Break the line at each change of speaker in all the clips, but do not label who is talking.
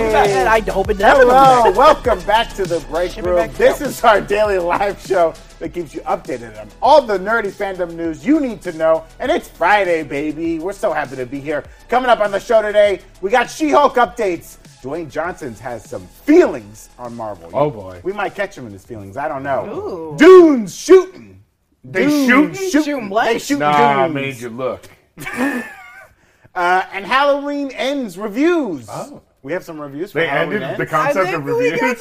died to open that
Hello, welcome back to the break
Shimmy
room.
back
This
down.
is our daily live show that keeps you updated on all the nerdy fandom news you need to know. And it's Friday, baby. We're so happy to be here. Coming up on the show today, we got She-Hulk updates. Dwayne Johnson's has some feelings on Marvel.
Oh, boy.
we might catch him in his feelings. I don't know.
Ooh.
Dunes shooting. They
shooting?
Shooting what?
They shooting
Nah, I
dunes.
made you look.
Uh, and Halloween ends reviews.
Oh.
We have some reviews for
They
Halloween
ended
Ends.
the concept of reviews.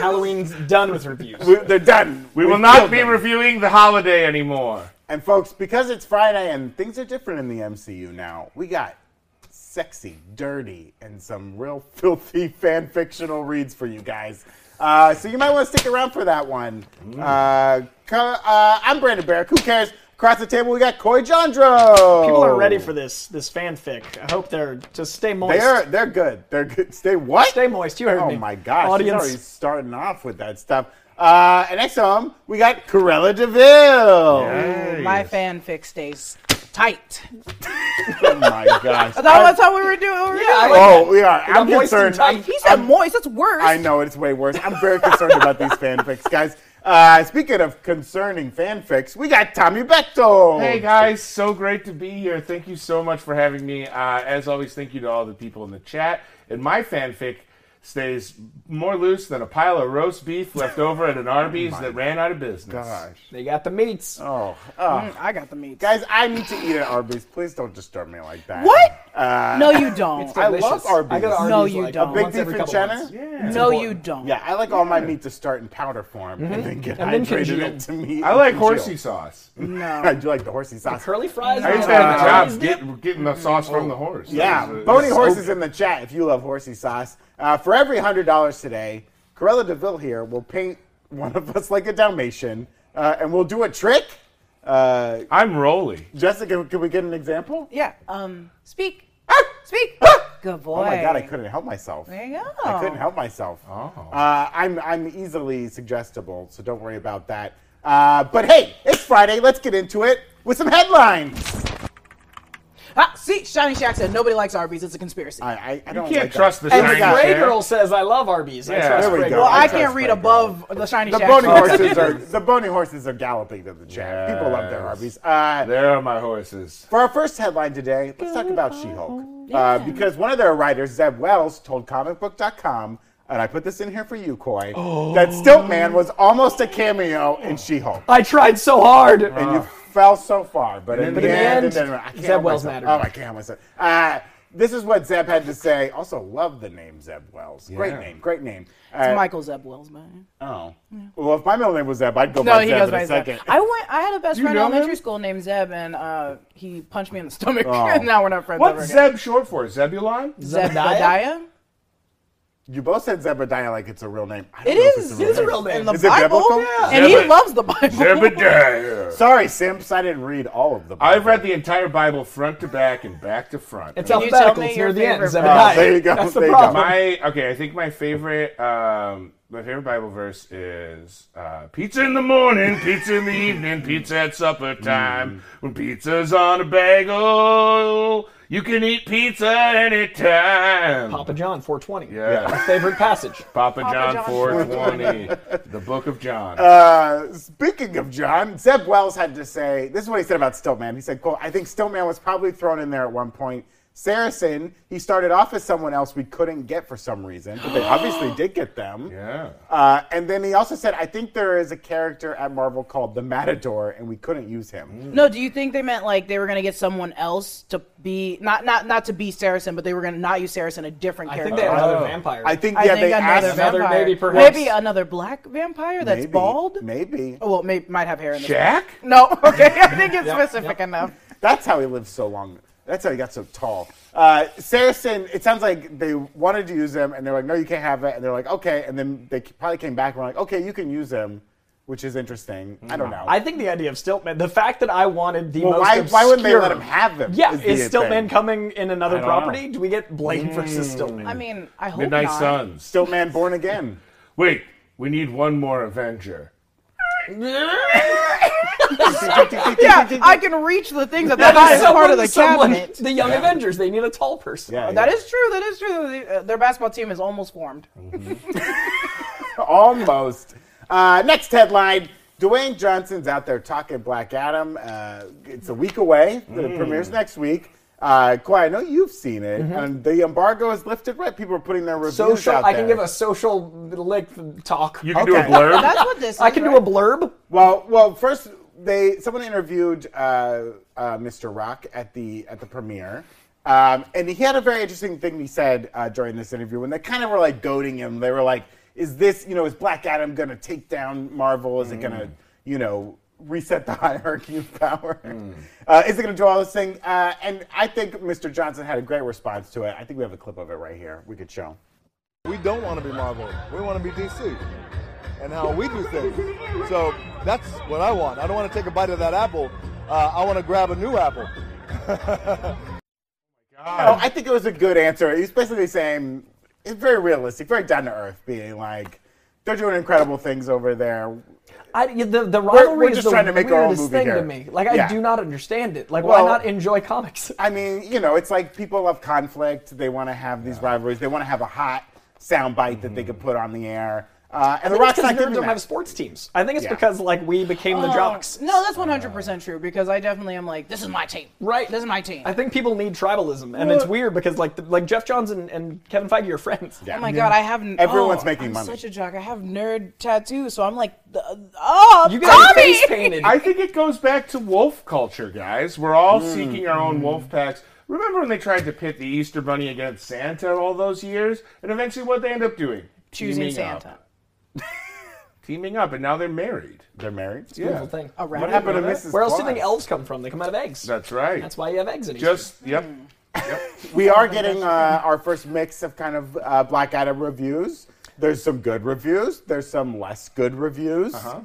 Halloween's done with reviews.
We- they're done.
we
We've
will not
killed
be
them.
reviewing the holiday anymore.
And folks, because it's Friday and things are different in the MCU now, we got sexy, dirty, and some real filthy fan fictional reads for you guys. Uh, so you might want to stick around for that one.
Mm.
Uh, co- uh, I'm Brandon Barrick. Who cares? Across the table, we got Coy Jandro.
People are ready for this this fanfic. I hope they're just stay moist.
They're they're good. They're good. Stay what?
Stay moist. You heard
oh
me.
my gosh! He's already
audience.
starting off with that stuff. Uh, and next home, we got Corella Deville.
Ooh, My fanfic stays tight.
Oh my gosh!
I thought that's how we were doing. We were
I
doing.
like-
Oh, we are. I'm
moist
concerned.
and tight.
he said moist. That's worse.
I know it's way worse. I'm very concerned about these fanfics, guys. Uh, speaking of concerning fanfics, we got Tommy Bechtel.
Hey guys, so great to be here. Thank you so much for having me. Uh, as always, thank you to all the people in the chat. And my fanfic stays more loose than a pile of roast beef left over at an Arby's that ran out of business.
Gosh.
They got the meats.
Oh, oh.
Mm, I got the meat.
guys, I need to eat at Arby's. Please don't disturb me like that.
What?
Uh,
no, you don't.
I love
Delicious.
Arby's.
I go to Arby's
No, you
like
don't.
once
Big
every
beef and
couple
cheddar.
months.
Yeah.
no, you don't.
Yeah, I like all my meat to start in powder form and then get
And then
hydrated
congeal.
into meat.
I
and
like
congeal.
horsey sauce.
I
No.
do like the horsey sauce.
Curly fries.
I used to
Uh,
have a
Arby's
job
dip.
get, getting the sauce from the horse.
Yeah,
That was, uh,
Boney
so
Horse is
good.
in the chat if you love horsey sauce. Uh, for every $100 today, Corella DeVille here will paint one of us like a Dalmatian uh, and we'll do a trick. Uh,
I'm Rolly.
Jessica, can we get an example?
Yeah. Um. Speak. Speak. Good
Ah!
boy.
Oh my God, I couldn't help myself.
There you go.
I couldn't help myself.
Oh.
Uh, I'm, I'm easily suggestible, so don't worry about that. Uh, but hey, it's Friday. Let's get into it with some headlines.
Ah, see, Shiny Shack said nobody likes Arby's. It's a conspiracy.
I, I, I don't
can't
like
trust
that.
the
Oh
And
my
shiny
God.
guy.
Gray Girl says, "I love Arby's." I
Yeah.
trust
There we
Gray
go.
Girl.
well, I
trust
can't read
Frank
above the Shiny
The
Shack.
bony
font.
horses are the bony horses are galloping to the chat. People love their
Yes.
Arby's. Uh,
There are my horses.
for our first headline today, let's talk about She-Hulk uh, because one of their writers, Zeb Wells, told ComicBook.com, and I put this in here for you, Coy, that Stiltman was almost a cameo in She-Hulk,
I tried so hard.
and you fell so far, but in,
in
the,
the
end,
end,
it didn't- I can't
Zeb
help
Wells
myself.
mattered.
Oh, I can't help myself. Uh, this is what Zeb had to say. Also, love the name Zeb Wells. Great
Yeah.
name, great name.
It's
Uh,
Michael Zeb Wells, man.
Oh. Well, if my middle name was Zeb, I'd go
No,
by
he
Zeb
goes
in
by
a
Zeb.
second.
I went. I had a best
You
friend in
know
elementary
him?
school named Zeb, and uh, he punched me in the stomach,
Oh.
and now we're not friends ever
What's
again.
Zeb short for? Zebulon?
Zebediah?
You both said Zebediah like it's a real name. I don't
It
know if it's
is. It is a real name. In the
Is it biblical?
Bible,
Yeah.
and he
Zebed-
loves the Bible.
Zebediah.
Sorry, Simps. I didn't read all of them.
I've read the entire Bible front to back and back to front.
It's
you tell
alphabetical.
me
It's
your
near the end.
favorite
Zebediah.
verse? Oh, there you go.
That's the
There you go.
problem.
my okay, I think my favorite um my favorite Bible verse is uh, pizza in the morning, pizza in the evening, pizza at supper time. When pizza's on a bagel, you can eat pizza anytime.
Papa John 420.
Yeah.
My favorite passage.
Papa, John,
John.
420, the book of John.
Uh, speaking of John, Zeb Wells had to say this is what he said about Stiltman. He said, quote, I think Stiltman was probably thrown in there at one point. Saracen, he started off as someone else we couldn't get for some reason, but they obviously did get them.
yeah.
Uh, and then he also said, I think there is a character at Marvel called the Matador, and we couldn't use
Mm.
him.
No, do you think they meant like they were gonna get someone else to be not not not to be Saracen, but they were gonna not use Saracen, a different
I
character?
think they had another
Oh.
vampire.
I think,
I
yeah,
think
they
another
asked
Another
vampire.
maybe, perhaps.
Maybe another black vampire that's
Maybe.
bald.
Maybe.
Oh, well, may, might have hair in the
Jack?
No, okay, I think it's
Yep,
specific
yep.
enough.
That's how he lived so long. That's how he got so tall. Uh, Saracen, it sounds like they wanted to use him, and they're like, no, you can't have it. And they're like, okay. And then they probably came back and were like, okay, you can use him, which is interesting. I don't know.
I think the idea of Stiltman, the fact that I wanted the
Well,
most
why- why wouldn't they
obscure-
let him have him
Yeah,
is the
is, Stiltman
thing.
coming in another
don't know. Mm.
property? Do we get Blade versus Stiltman?
I mean, I hope
Midnight
not.
Suns.
Still man born again.
Wait, we need one more Avenger.
yeah, I can reach the things at the
That is
highest part of the
someone-
cabinet.
The Young Avengers. They need a tall person.
Yeah,
That is true. That is true. They- uh, Their basketball team is almost formed.
Almost. Uh, next headline. Dwayne Johnson's out there talking Black Adam. Uh, it's a week away. The premieres next week. Uh, Kawhi, I know you've seen it, and the embargo is lifted. Right, people are putting their reviews
Social.
out
I can
there.
give a social lick talk.
You can do a
Okay.
blurb.
That's what this is.
I can do
right?
a blurb.
Well, well, first they someone interviewed uh, uh, Mr. Rock at the at the premiere, um, and he had a very interesting thing he said uh, during this interview when they kind of were like goading him. They were like, "Is this you know is Black Adam going to take down Marvel? Is it going to you know?" Reset the hierarchy of power. Uh, is it going to do all this thing? Uh, and I think Mr. Johnson had a great response to it. I think we have a clip of it right here. We could show.
We don't want to be Marvel. We want to be DC and how we do things. So that's what I want. I don't want to take a bite of that apple. Uh, I want to grab a new apple.
No, Oh, I think it was a good answer. He's basically saying it's very realistic, very down to earth, being like they're doing incredible things over there.
I, the the rivalry
we're
is
just
the
trying to make our own
weirdest
movie
thing
here.
to me. Like I
Yeah.
do not understand it. Like
Well-
why not enjoy comics?
I mean, you know, it's like people love conflict. They want to have these rivalries. They want to have a hot soundbite that they could put on the air. Uh, and the
think
Rock's
it's
not
because nerds
giving
don't
them
have sports teams. I think it's
Yeah.
because like we became
Oh,
the jocks.
No, that's 100% true because I definitely am like, this is my team.
Right.
This is my team.
I think people need tribalism, and it's weird because like the, like Jeff Johns and, and Kevin Feige are friends.
Oh my god, I have n-
Everyone's
oh,
making
I'm
money.
Such a jock. I have nerd tattoos, so I'm like, th- oh,
You got your
Tommy!
face painted.
I think it goes back to wolf culture, guys. We're all seeking our own wolf packs. Remember when they tried to pit the Easter Bunny against Santa all those years? And eventually what they end up doing?
Choosing
Teaming up.
Santa.
Teaming up, and now they're married.
They're married.
Yeah.
Beautiful thing.
A rabbit.
What happened to
Where
Mrs.
Where else do you
Claus?
think elves come from? They come out of eggs.
That's right.
That's why you have eggs in Easter.
Hmm.
Just, yep.
We are getting uh, our first mix of kind of uh, Black Adam reviews. There's some good reviews. There's some less good reviews. Uh-huh.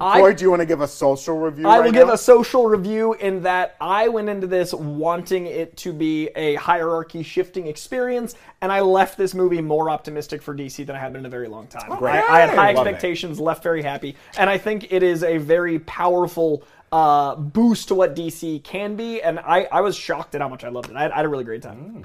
I-
Boy, do you want to give a social review?
I
right
will give
now?
a social review in that I went into this wanting it to be a hierarchy shifting experience, and I left this movie more optimistic for DC than I had been in a very long time.
Oh,
Great.
I, I had high
Love it.
expectations, left very happy, and I think it is a very powerful uh, boost to what DC can be, and I, I was shocked at how much I loved it. I had, I had a really great
Mm.
time.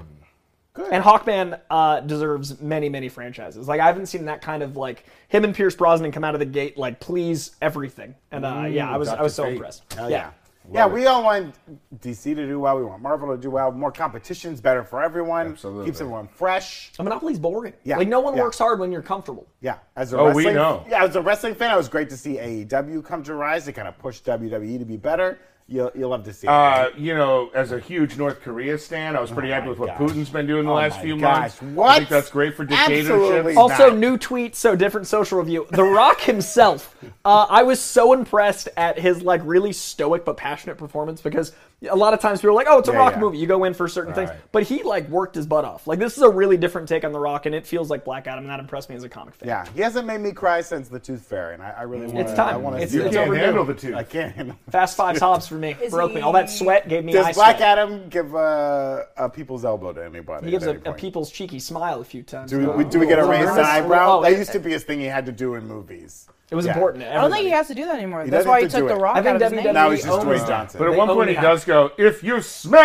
And Hawkman uh, deserves many, many franchises. Like I haven't seen that kind of like him and Pierce Brosnan come out of the gate like please everything. And uh,
Mm,
yeah, I was I was so
Dr. Fate.
impressed.
Hell yeah. Yeah, we all want DC to do well. We want Marvel to do well. More competition's better for everyone.
Absolutely.
Keeps everyone fresh.
A monopoly's boring.
Yeah.
Like no one
Yeah.
works hard when you're comfortable.
Yeah. As a
Oh, we
wrestling,
know.
Yeah, as a wrestling fan, it was great to see AEW come to rise. They kind of pushed WWE E to be better. You'll, you'll love to see it.
Uh, you know, as a huge North Korea stan, I was pretty happy with what
Oh gosh.
Putin's been doing the
Oh
last
my
few
gosh.
months.
What?
I think that's great for dictatorships.
Absolutely.
Oh,
Also,
Nah.
new tweet, so different social review. The Rock himself. Uh, I was so impressed at his like really stoic but passionate performance because a lot of times people are like, "Oh, it's a
Yeah,
Rock
yeah.
movie. You go in for certain things,"
Right.
but he like worked his butt off. Like this is a really different take on The Rock, and it feels like Black Adam, and that impressed me as a comic fan.
yeah, he hasn't made me cry since The Tooth Fairy, and I, I really want to.
It's time.
I wanna
It's-
see
you
it's
that.
can't
overdue.
handle the two.
I can't.
Fast five hops for me.
Is
Broke me.
he-
All that sweat gave me eye
Does Black
sweat.
Adam give a, a people's elbow to anybody?
He gives
at
a,
any
a
point?
people's cheeky smile a few times.
Do we, do we get a
Oh,
raised
earnest-
eyebrow?
oh,
that
it-
used to be his thing he had to do in movies.
It was
Yeah.
important. To
I don't think
everybody.
he has to do that anymore. That's
doesn't
why he
have to
took
do
the
it.
rock
I think
out of his
E
WWE
name.
Now he's just
owns
Dwayne
that.
Johnson.
But at
They
one
own
point he
the
does go, if you smell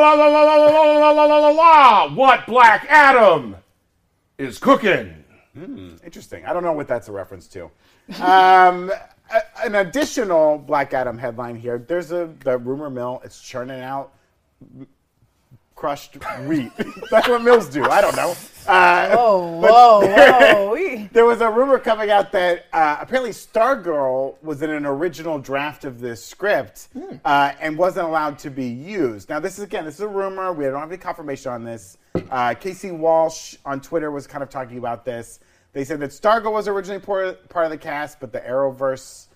la la la la la la la la la la, what Black Adam is cooking.
Interesting. I don't know what that's a reference to. Um, a- an additional Black Adam headline here. There's a the rumor mill. It's churning out m- crushed wheat. that's what mills do. I don't know. Uh,
Oh, whoa, whoa. we-
there was a rumor coming out that uh, apparently Stargirl was in an original draft of this script uh, and wasn't allowed to be used. Now, this is again, this is a rumor. We don't have any confirmation on this. Uh, Casey Walsh on Twitter was kind of talking about this. They said that Stargirl was originally por- part of the cast, but the Arrowverse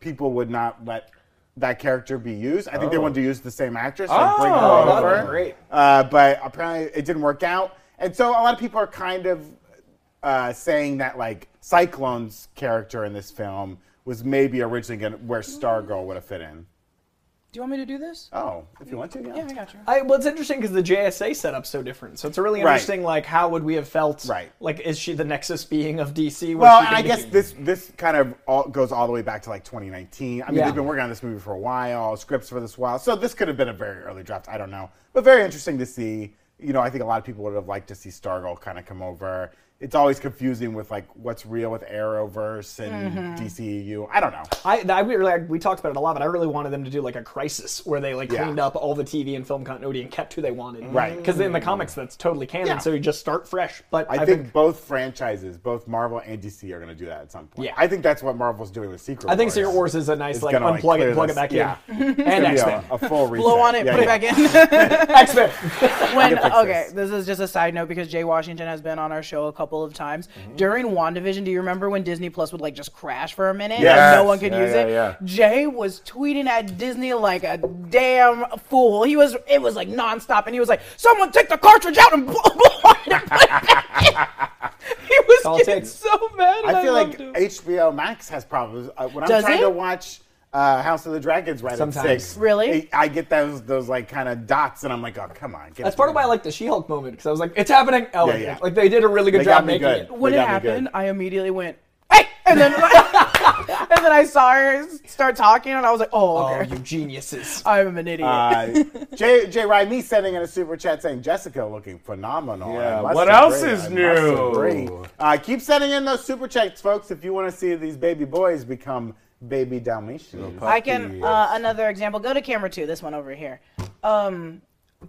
people would not let that character be used. I think they wanted to use the same actress and bring her
Oh,
over.
Oh. that'd be great.
Uh, but apparently it didn't work out. And so a lot of people are kind of uh, saying that like Cyclone's character in this film was maybe originally gonna, where Stargirl would have fit in.
you want me to do this?
Oh, if you want to, yeah.
Yeah, I got you.
I, well, it's interesting because the JSA setup's so different. So it's a really
Right.
interesting, like, how would we have felt?
Right.
Like, is she the Nexus being of DC? Was
Well,
she
and I
gonna
guess
be-
this this kind of all, goes all the way back to like 2019. I mean,
Yeah.
they've been working on this movie for a while, scripts for this while, so this could have been a very early draft. I don't know, but very interesting to see. You know, I think a lot of people would have liked to see Stargirl kind of come over. It's always confusing with like what's real with Arrowverse and
Mm-hmm.
DCEU. I don't know.
I, I we really, we talked about it a lot, but I really wanted them to do like a crisis where they like
Yeah. Mm.
cleaned up all the TV and film continuity and kept who they wanted.
Right.
Because in the comics, that's totally canon.
Yeah.
So you just start fresh. But
I, think, both franchises, both Marvel and DC, are going to do that at some point.
Yeah.
I think that's what Marvel's doing with Secret.
I think Secret Wars is a nice like
gonna, like,
unplug it,
clear
plug
this.
it back
Yeah.
in, and X
Yeah,
Men.
a full reset.
Blow on it,
Yeah,
put
yeah.
it back in.
X Men.
when
fix
okay,
this.
this. is just a side note because Jay Washington has been on our show a couple of times
Mm-hmm.
during WandaVision. Do you remember when Disney Plus would like just crash for a minute
Yes.
and no one could
Yeah,
use
yeah,
it?
yeah.
Jay was tweeting at Disney like a damn fool. He was it was like nonstop, and he was like, "Someone take the cartridge out and blow, blow on it." and put it back in." he was
all it
getting
takes.
so mad. and
I feel like
loved him.
HBO Max has problems. Uh, when I'm
Does
trying
it?
to watch uh, House of the Dragons right
Sometimes.
at six,
Really?
I, I get those those like kind of dots, and I'm like, oh come on. Get
That's part of why I like the She-Hulk moment because I was like, it's happening. Oh,
Yeah, yeah.
like they did a really good
They got
job
me
making
good.
it.
when
They
it
got me good.
happened, I immediately went, "Hey!" and then and then I saw her start talking, and I was like, "Oh,
Oh,
okay.
you geniuses!
I'm an idiot."
Uh, Jay Jay Raimi sending in a super chat saying Jessica looking phenomenal.
Yeah,
I must
what else
agree.
is
I must
new?
agree. Uh, keep sending in those super chats, folks, if you want to see these baby boys become baby Dalmatians.
I can uh, another example. Go to camera two. This one over here. Um,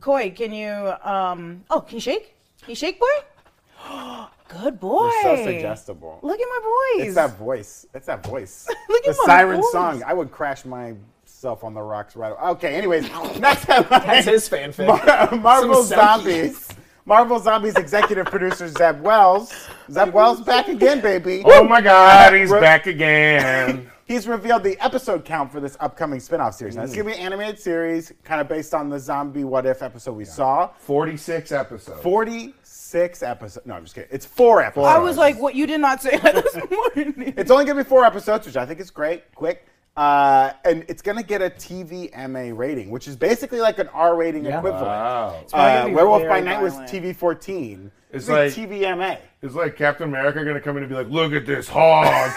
Koi, can you? Um, oh, can you shake? Can you shake, boy? Good boy.
You're so suggestible.
Look at my boys.
It's that voice. It's that voice.
Look
the
at my
siren
voice.
song. I would crash myself on the rocks right. Okay. Anyways, next headline.
That's his fanfic.
Mar- Marvel
Some selkie.
Zombies. Marvel Zombies executive producer Zeb Wells. Zeb Wells back again, baby.
Oh my God, he's
Re-
back again.
He's revealed the episode count for this upcoming spin-off series. Now, it's going to be
Mm.
an animated series, kind of based on the zombie what if episode we saw.
46 episodes.
46 episodes. No, I'm just kidding. It's four episodes.
I was like, what? You did not say that this morning.
It's only going to be four episodes, which I think is great, quick. Uh, and it's going to get a TVMA rating, which is basically like an R rating equivalent.
Wow.
probably
Uh,
gonna be
Werewolf
very
by Night was
violent.
TV 14.
It's
Big
like-
TVMA.
It's like Captain America gonna come in and be like, look at this hog.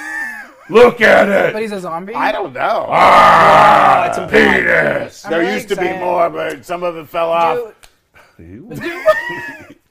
look at it.
But he's a zombie.
I don't know.
ah, it's a penis.
Uh, there
really
used to be
excited.
more, but some of it fell off.
do, do,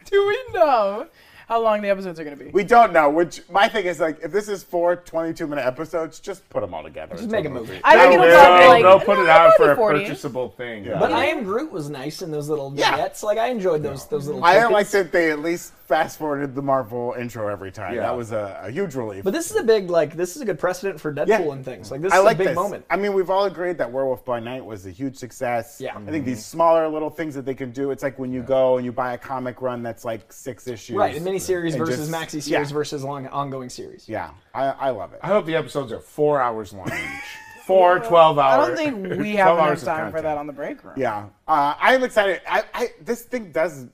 do we know how long the episodes are going to be?
We don't know, which my thing is like, if this is four 22 minute episodes, just put them all together. Just
make a movie.
I think
They'll-
it'll probably like
they'll put it out
probably
for a
40.
purchasable thing.
But I Am Groot was nice in those little
Yeah.
vignettes. Like I enjoyed those those little.
I am
tidbits.
like that they at least fast forwarded the Marvel intro every time.
Yeah.
That was a, a huge relief.
But this is a big like this is a good precedent for Deadpool
Yeah.
and things. Like this
I
is
like
a big
this.
moment.
I mean, we've all agreed that Werewolf by Night was a huge success.
Yeah. Mm-hmm.
I think these smaller little things that they can do. It's like when you go and you buy a comic run that's like six issues.
Right, a miniseries
and
versus
just-
maxi series
yeah.
versus long ongoing series.
Yeah, I, I love it.
I hope the episodes are four hours long each. Four 12
I
hours.
don't think we have enough time for that on the break room.
Yeah, uh, I am excited. I, I this thing does.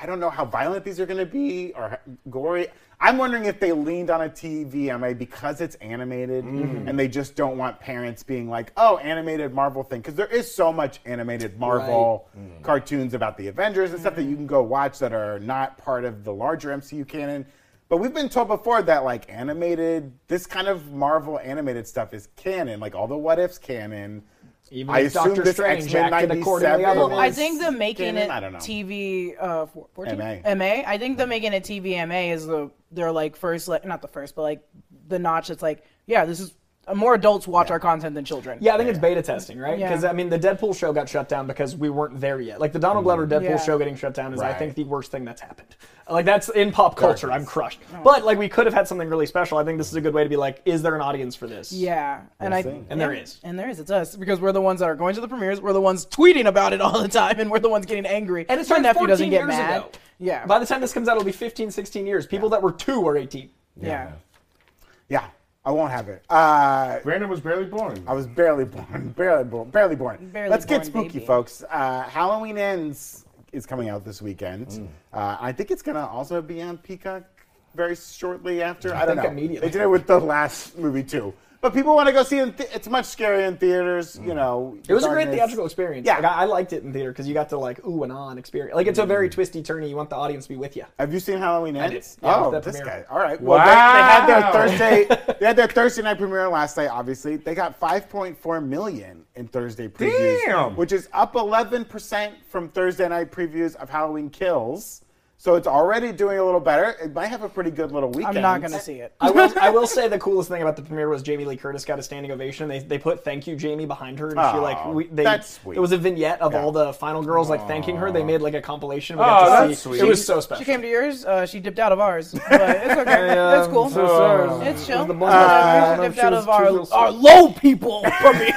I don't know how violent these are going to be or how gory. I'm wondering if they leaned on a TVMA because it's animated and they just don't want parents being like, "Oh, animated Marvel thing," because there is so much animated Marvel cartoons about the Avengers and stuff that you can go watch that are not part of the larger MCU canon. But we've been told before that like animated, this kind of Marvel animated stuff is canon, like all the what ifs canon.
Even
I
if
assume
Doctor
this
Strange
X-Men
acted accordingly
97
Well, I
Yes.
think the making
Canon?
it
I don't know.
TV uh, for- 14?
MA.
MA. I think the making it TV MA is the their like first like not the first but like the notch that's like yeah this is uh, more adults watch our content than children.
Yeah, I think it's beta testing, right?
Yeah.
Because I mean, the Deadpool show got shut down because we weren't there yet. Like the Donald Glover Deadpool
Yeah.
show getting shut down is, I
Mm-hmm. Right.
think, the worst thing that's happened. Like that's in pop culture. I'm crushed.
Oh.
But like we could have had something really special. I think this is a good way to be like, is there an audience for this?
Yeah, and I
see.
And there is.
and there is it's us because we're the ones that are going to the premieres. We're the ones tweeting about it all the time, and we're the ones getting angry.
And it's
my
like
nephew
14
doesn't get
years
mad.
ago.
Yeah,
By the time this comes out, it'll be 15, 16 years. People that were two are 18.
yeah.
Yeah, I won't have it. Uh,
Brandon was barely born.
I was barely born, barely born, barely born.
Barely
Let's get
born
spooky,
baby.
folks. Uh, Halloween Ends is coming out this weekend.
Hmm.
Uh, I think it's gonna also be on Peacock very shortly after. I, don't
think
know.
immediately.
They did it with the last movie too. But people want to go see it. In th- it's much scarier in theaters, you know.
Hmm. It was a great
darkness.
theatrical experience.
Yeah.
Like, I, I liked it in theater because you got to like ooh and on experience. Like it's a
Mm.
very twisty turny. You want the audience to be with you.
Have you seen Halloween Ends?
did. Yeah,
oh,
it was the
this guy.
premiere.
All right. Well, they, they had
Wow.
their Thursday. they had their Thursday night premiere last night. Obviously, they got 5.4 million in Thursday previews,
Damn.
which is up 11 percent from Thursday night previews of Halloween Kills. So it's already doing a little better. It might have a pretty good little weekend.
I'm not gonna see it.
I will, I will say the coolest thing about the premiere was Jamie Lee Curtis got a standing ovation. They, they put thank you Jamie behind her and she like
Aw,
we, they
Oh, that's sweet. Oh.
it was a vignette of all the final girls like thanking her. They made like a compilation. We got
Aw,
to
that's
see-
sweet.
It was so
She
special.
came to yours. Uh, she dipped out of ours, but it's okay. That's cool.
um, so-
it's chill.
It was the
She
bun- Uh,
dipped
she
out
was-
of
she was
our, our
real
low people from here.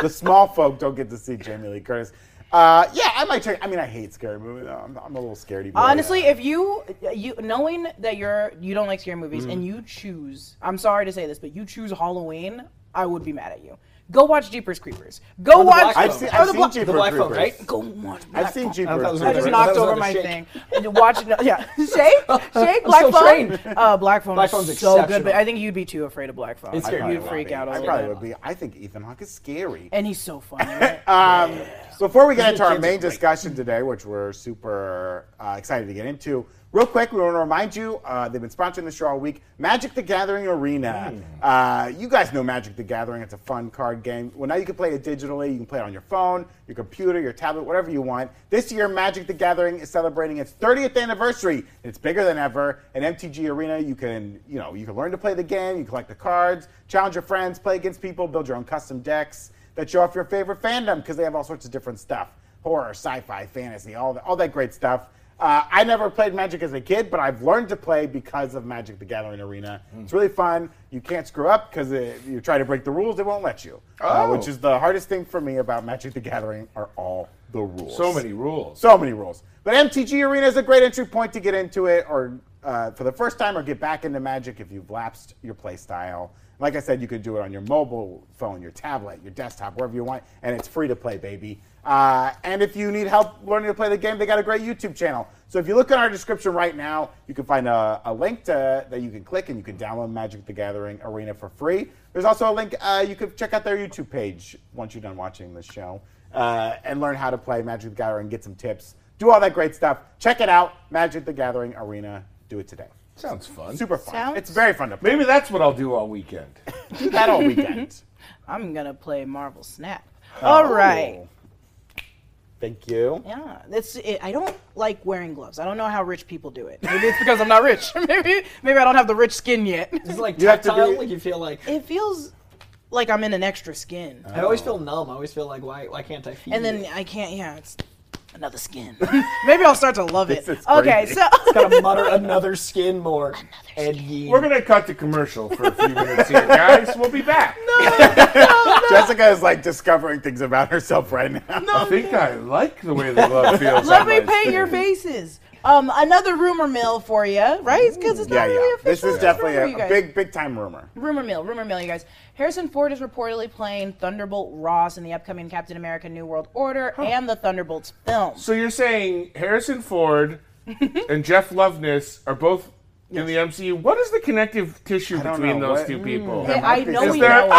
the small folk don't get to see Jamie Lee Curtis. Uh, yeah, I might check. I mean, I hate scary movies. I'm, I'm a little scaredy. boy.
Honestly, if you uh, you knowing that you're you don't like scary movies
Mm.
and you choose, I'm sorry to say this, but you choose Halloween, I would be mad at you. Go watch Jeepers Creepers. Go
the
watch.
black I've
I've seen,
or
I've
the
seen
black-
Jeepers
black folk,
Creepers.
right?
Go watch.
I've seen
I thought it
Jeepers
was
I
another
just
Right.
knocked
That was
over
another
my
shake.
thing. And Watching, yeah, shake, shake, black
I'm still
phone.
trained.
Uh, black phone.
Black
is
Phone's
so good, but
exceptional.
I think you'd be too afraid of black phone.
It's
I
scary.
probably
You'd
would
freak
be.
out
I
I
over
probably
probably
would.
would be. I think Ethan Hawke is scary.
And he's so funny. right?
Um, Before we get into our
kids are
main
great.
discussion today, which we're super uh, excited to get into, real quick, we want to remind you uh, they've been sponsoring the show all week Magic the Gathering Arena. Uh, you guys know Magic the Gathering, it's a fun card game. Well, now you can play it digitally. You can play it on your phone, your computer, your tablet, whatever you want. This year, Magic the Gathering is celebrating its 30th anniversary. It's bigger than ever. At MTG Arena, you can, you know, you can learn to play the game, you collect the cards, challenge your friends, play against people, build your own custom decks that show off your favorite fandom because they have all sorts of different stuff horror, sci fi, fantasy, all, all that great stuff. Uh, I never played Magic as a kid, but I've learned to play because of Magic the Gathering Arena. It's really fun. You can't screw up because if you try to break the rules, it won't let you. Uh,
Oh.
which is the hardest thing for me about Magic the Gathering are all the rules.
So many rules.
So many rules. But MTG Arena is a great entry point to get into it or uh, for the first time or get back into Magic if you've lapsed your play style. Like I said, you can do it on your mobile phone, your tablet, your desktop, wherever you want, and it's free to play, baby. Uh, and if you need help learning to play the game, they got a great YouTube channel. So if you look in our description right now, you can find a, a link to, that you can click and you can download Magic the Gathering Arena for free. There's also a link uh, you can check out their YouTube page once you're done watching this show uh, and learn how to play Magic the Gathering, get some tips, do all that great stuff. Check it out, Magic the Gathering Arena. Do it today.
Sounds fun.
Super fun.
Sounds-
It's very fun to play.
Maybe that's what I'll do all weekend.
Do that all weekend.
I'm gonna play Marvel Snap. All right.
Oh. Thank you.
Yeah, that's. It. I don't like wearing gloves. I don't know how rich people do it. Maybe it's because I'm not rich. maybe maybe I don't have the rich skin yet.
It's like
You have to
tactile.
be-
like you feel like
It feels like I'm in an extra skin,
Oh.
I always feel numb. I always feel like why why can't I feel?
and then I can't. Yeah, it's another skin. maybe I'll start to love it.
This is
Okay,
crazy.
so
gotta mutter another skin more. Ed Gein.
We're gonna cut to commercial for a few minutes here, guys. We'll be back.
Jessica is like discovering things about herself right now.
I think I like the way the glove feels.
let
on
me
my
paint your
skin.
faces. Um, another rumor mill for you, right? Because it's
Yeah,
not really
yeah.
official.
This is
it's just
definitely
rumor, you
a, a
guys.
big, big time rumor.
Rumor mill, rumor mill, you guys. Harrison Ford is reportedly playing Thunderbolt Ross in the upcoming Captain America: New World Order and the Thunderbolts film.
So you're saying Harrison Ford and Jeff Loveness are both in the MCU? What is the connective tissue
don't
between
know.
those
What- Hmm.
two people?
Hey, I
might be
know
some-
we
Is there-
know.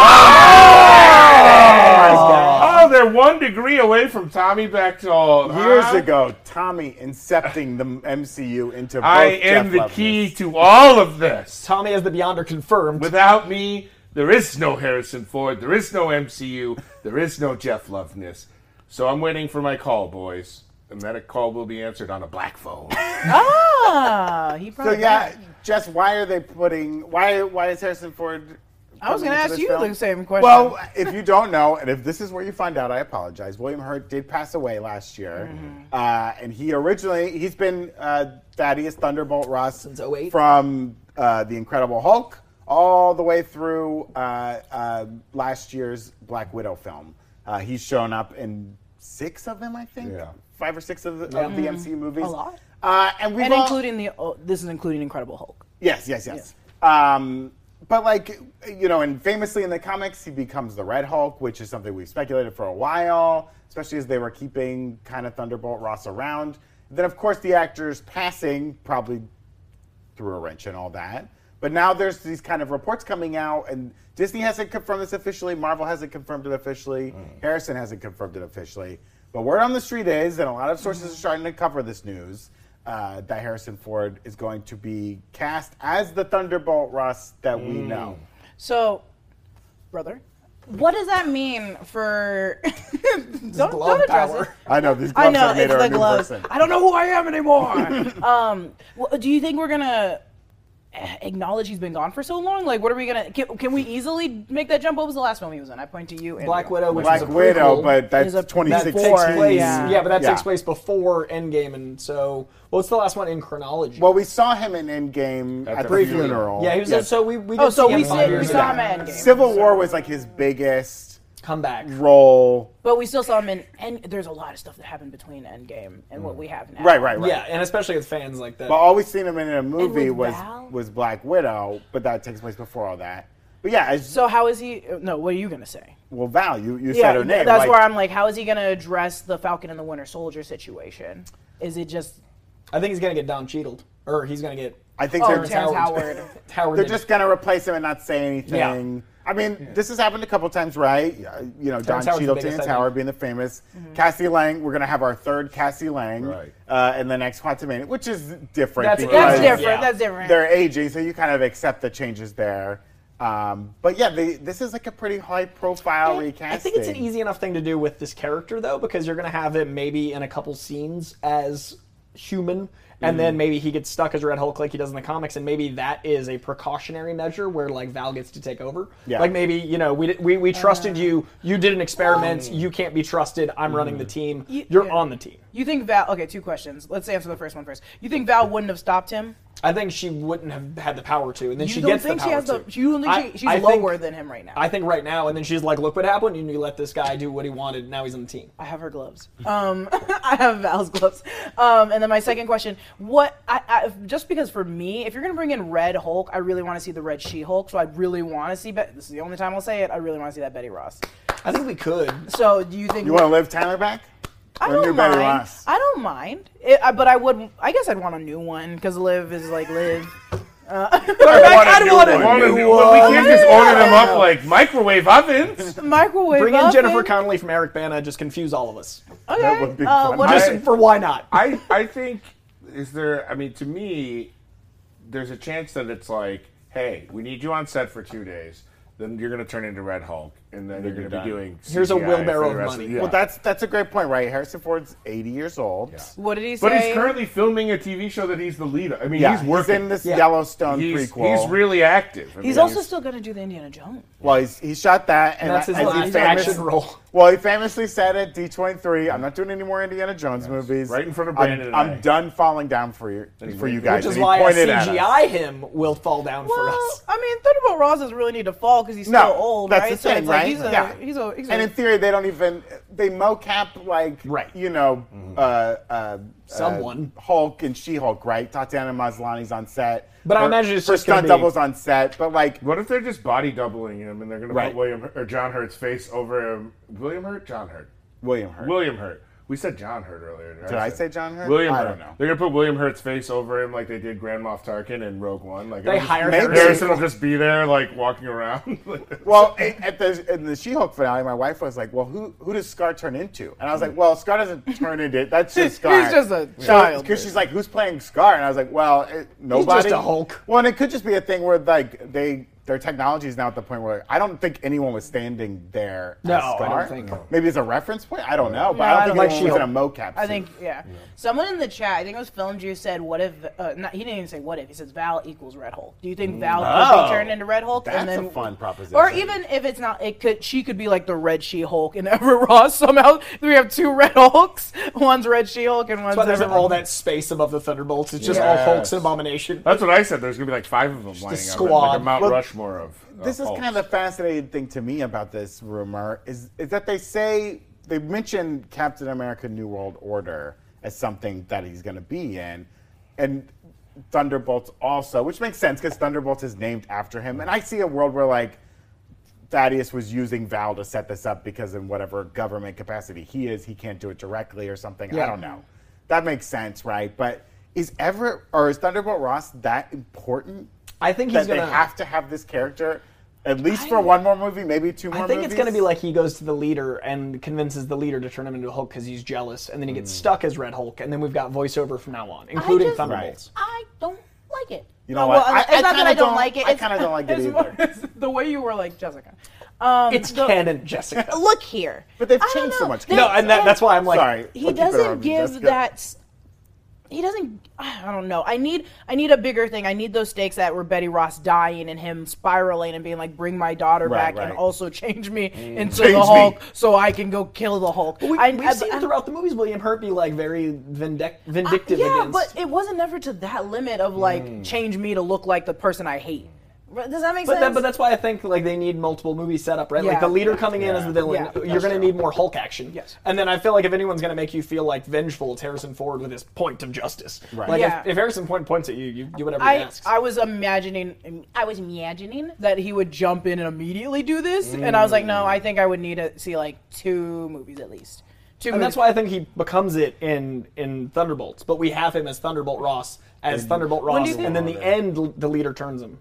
Oh, they're one degree away from Tommy Bechtel.
Uh-huh.
Huh?
Years ago, Tommy incepting the MCU into both
I am
Jeff
the
Loveness.
key to all of this.
Tommy as the Beyonder confirmed.
Without me, there is no Harrison Ford. There is no MCU. There is no Jeff Loveness. So I'm waiting for my call, boys. And that call will be answered on a black phone.
Ah, he
So
probably.
yeah, Jess, why are they putting? Why why is Harrison Ford?
I was
putting into
gonna ask
this
you
film?
the same question.
Well, if you don't know, and if this is where you find out, I apologize. William Hurt did pass away last year, uh, and he originally he's been uh, Thaddeus Thunderbolt Ross
Since 08.
from uh, the Incredible Hulk all the way through uh, uh, last year's Black Widow film. Uh, he's shown up in six of them, I think.
Yeah.
Five or six of the, of the MCU movies.
A lot.
Uh, and we've
and
all-
including the oh, this is including Incredible Hulk.
Yes, yes, yes. Um, but like you know, and famously in the comics, he becomes the Red Hulk, which is something we've speculated for a while, especially as they were keeping kind of Thunderbolt Ross around. Then, of course, the actor's passing probably threw a wrench in all that. But now there's these kind of reports coming out, and Disney hasn't confirmed this officially. Marvel hasn't confirmed it officially.
Mm.
Harrison hasn't confirmed it officially. But word on the street is, and a lot of sources are starting to cover this news, uh, that Harrison Ford is going to be cast as the Thunderbolt Ross that we
Mm.
know.
So, brother, what does that mean for? don't don't address it.
I know these gloves
I know
have made
it's
her
the
a new
gloves.
person.
I don't know who I am anymore. um, wh- do you think we're gonna eh, acknowledge he's been gone for so long? Like, what are we gonna? Can, can we easily make that jump? What was the last film he was in? I point to you. Andrew.
Black Widow, which is
Black
a
Widow,
prequel
but that's
is a- that
2016.
takes place.
Yeah.
Yeah, but that
Yeah.
takes place before Endgame, and so what's the last one in chronology?
Well, we saw him in Endgame at,
the
the
funeral.
funeral.
yeah, he was.
Yes.
So we we.
Oh,
did
so
see
we
him
saw,
five
we
years
saw
ago.
him at Endgame.
Civil War was like his biggest
Come back.
role.
But we still saw him in. And there's a lot of stuff that happened between Endgame and what we have now.
Mm. Right, right, right.
Yeah, and especially with fans like that.
But all we've seen him in in a movie
with
was
Val?
was Black Widow, but that takes place before all that. But yeah, as,
So how is he? No, what are you gonna say?
well, Val, you, you
Yeah,
said her name.
that's
like,
where I'm like, how is he gonna address the Falcon and the Winter Soldier situation? Is it just
I think he's gonna get Don Cheadled, or he's gonna get
I think
oh
they're,
Terrence Howard?
Howard.
they're
in-
just gonna replace him and not say anything. I mean, this has happened a couple times, right? Yeah, You know,
Terrence
Don
Howard's the
Cheadle,
biggest,
Terrence
I think.
Howard being the famous.
Mm-hmm.
Cassie Lang, we're gonna have our third Cassie Lang
Right.
uh, in the next Quantumania, which is different.
That's-
That's
because-
different.
Yeah.
That's different.
they're aging, so you kind of accept the changes there. Um, but yeah, they, this is like a pretty high profile recasting.
I think it's an easy enough thing to do with this character though, because you're gonna have him maybe in a couple scenes as human, and then maybe he gets stuck as Red Hulk like he does in the comics, and maybe that is a precautionary measure where like Val gets to take over.
Yeah.
Like maybe you know we di- we, we
Uh,
trusted you, you did an experiment, you can't be trusted. I'm running the team.
um, You-
You're
yeah.
on the team.
You think Val? Okay, two questions. Let's answer the first one first. You think Val wouldn't have stopped him?
I think she wouldn't have had the power to, and then
You
she
don't
gets
think
the
she
power
has the-
to.
you don't think
I-
she- she's
I
lower than him right now.
I think right now, and then she's like, "Look what happened, and you let this guy do what he wanted. and Now he's on the team."
I have her gloves. Um, I have Val's gloves. Um, and then my second question: What? I, I, just because for me, if you're gonna bring in Red Hulk, I really want to see the Red She Hulk. So I really want to see. Be- this is the only time I'll say it. I really want to see that Betty Ross.
I think we could.
So do you think?
You want to live Tyler back?
I
Or new
don't
Betty
mind.
Ross?
I don't mind. It, I, but I would. I guess I'd want a new one because Live is like Live.
I
I'd want a
want a
new
new one. We can't just order them up like microwave ovens.
Microwave.
Bring in Jennifer
oven.
Connelly from Eric Bana, just confuse all of us.
Okay.
That would be
uh,
fun.
what
I-
else-
Just for why not?
I I think is there. I mean, to me, there's a chance that it's like, hey, we need you on set for two days. Then you're going to turn into Red Hulk, and then, you're
you're
going to be
done.
doing.
Here's a
CGI
wheelbarrow
for the
of
rest
money.
yeah.
Well, that's that's a great point, right? Harrison Ford's 80 years old.
What did he say?
But he's currently filming a TV show that he's the lead. of. I mean,
Yeah,
he's working.
in this
Yeah.
Yellowstone
he's,
prequel.
he's really active. I
He's
mean,
also still gonna do the Indiana Jones.
well, he's, he shot that, and
That's his
as he
last
famous-
action role.
Well, he famously said at D23, "I'm not doing any more Indiana Jones movies.
Right in front of
I'm-
Brandon and
I'm,
I."
done falling down for you for you guys."
Which is
and he
why a
pointed at us.
CGI him will fall down for
Well,
us.
I mean, Thunderbolt Ross doesn't really need to fall because he's still
No,
old,
that's
right?
the
so
thing,
it's like
right?
he's a,
Yeah.
he's a, he's a
And in theory, they don't even they mocap like
Right. Mm-hmm.
you know uh, uh,
Someone.
uh, Hulk and She Hulk, right? Tatiana Maslany's on set,
But I
Her-
imagine it's
her
just gonna
stunt
be-
doubles on set. But like,
What if they're just body doubling him and they're going to
Right.
put William or John Hurt's face over him? William Hurt, John Hurt,
William Hurt.
William Hurt. We said John Hurt earlier.
Did I say John Hurt?
William
I
Hurt.
don't know.
They're going to put William Hurt's face over him like they did Grand Moff Tarkin in Rogue One. Like
They
it'll just-
hire
maybe-
Harrison.
Harrison will just be there like walking around.
Well, i- at the in the She Hulk finale, my wife was like, "Well, who who does Scar turn into?" And I was like, "Well, Scar doesn't turn into. That's just Scar.
He's just a child.
Because she's like, "Who's playing Scar?" And I was like, "Well, it, nobody."
a Hulk.
Well, and it could just be a thing where like they their technology is now at the point where I don't think anyone was standing there.
No,
as
I
Scar.
don't think. No.
Maybe it's a reference point. I don't know, but
No,
I
I
don't
don't
think
think
she was in
so.
a mocap.
I
suit.
think, yeah. Someone in the chat, I think it was Film Juice, said, "What if?" Uh, not, he didn't even say "what if." He says Val equals Red Hulk. Do you think Val could
Oh.
be turned into Red Hulk?
That's
and then,
a fun proposition.
Or even if it's not, it could. She could be like the Red She Hulk and Everett Ross somehow. We have two Red Hulks. One's Red She Hulk and one's
But there's
Everett
all
Ross.
that space above the Thunderbolts. It's just
Yes.
all Hulks and Abomination.
That's what I said. There's going to be like five of them lining up, like
squad.
a Mount
Well,
Rushmore of.
this
Oh,
is kind of the fascinating thing to me about this rumor is is that they say they mention Captain America: New World Order as something that he's going to be in, and Thunderbolts also, which makes sense because Thunderbolts is named after him. And I see a world where like Thaddeus was using Val to set this up because in whatever government capacity he is, he can't do it directly or something. I
Yeah.
don't know. That makes sense, right? But is Everett or is Thunderbolt Ross that important?
I think he's
that they
gonna.
have to have this character at least for one more movie, maybe two more.
I think it's going to be
movies?
like he goes to the leader and convinces the leader to turn him into a Hulk because he's jealous, and then he gets stuck as Red Hulk, and then we've got voiceover from now on, including
just-
Thunderbolts.
I don't like it. Uh,
You know what? I-
it's
I
not that
kinda
I don't,
don't-
like it.
I
it's-
kinda don't like it
it's more-
either.
it's the way you were like Jessica. Um,
It's
the-
canon, Jessica.
Look here.
But they've
I don't
changed so
know.
much.
They-
No, and that, that's why I'm like,
Sorry,
he
we'll keep it on
doesn't
you,
give
Jessica.
that s- he doesn't i don't know i need i need a bigger thing i need those stakes that were betty ross dying and him spiraling and being like bring my daughter
Right,
back
right. Mm.
and also change me into
Change me.
the hulk so i can go kill the hulk
we,
I,
we've
I-
seen
I- Uh,
throughout the movies William Hurt be like very vindic- vindictive
yeah
against.
but it wasn't ever to that limit of like change me to look like the person i hate Right, Hmm. does that make
But,
sense
that, but that's why I think like they need multiple movies set up, right?
Yeah.
Like the leader coming in as the villain,
Yeah, that's
you're going to
true.
need more Hulk action.
Yes.
And then I feel like if anyone's going to make you feel like vengeful, it's Harrison Ford with his point of justice.
Right.
Like
Yeah.
if, if Harrison Ford points at you, you do whatever he
I,
asks.
I was imagining I was imagining that he would jump in and immediately do this, and I was like, no, I think I would need to see like two movies at least. Two
and
movies.
that's why I think he becomes it in in Thunderbolts. But we have him as Thunderbolt Ross, as Thunderbolt Ross,
do you think-
and then the end, l- the leader turns him.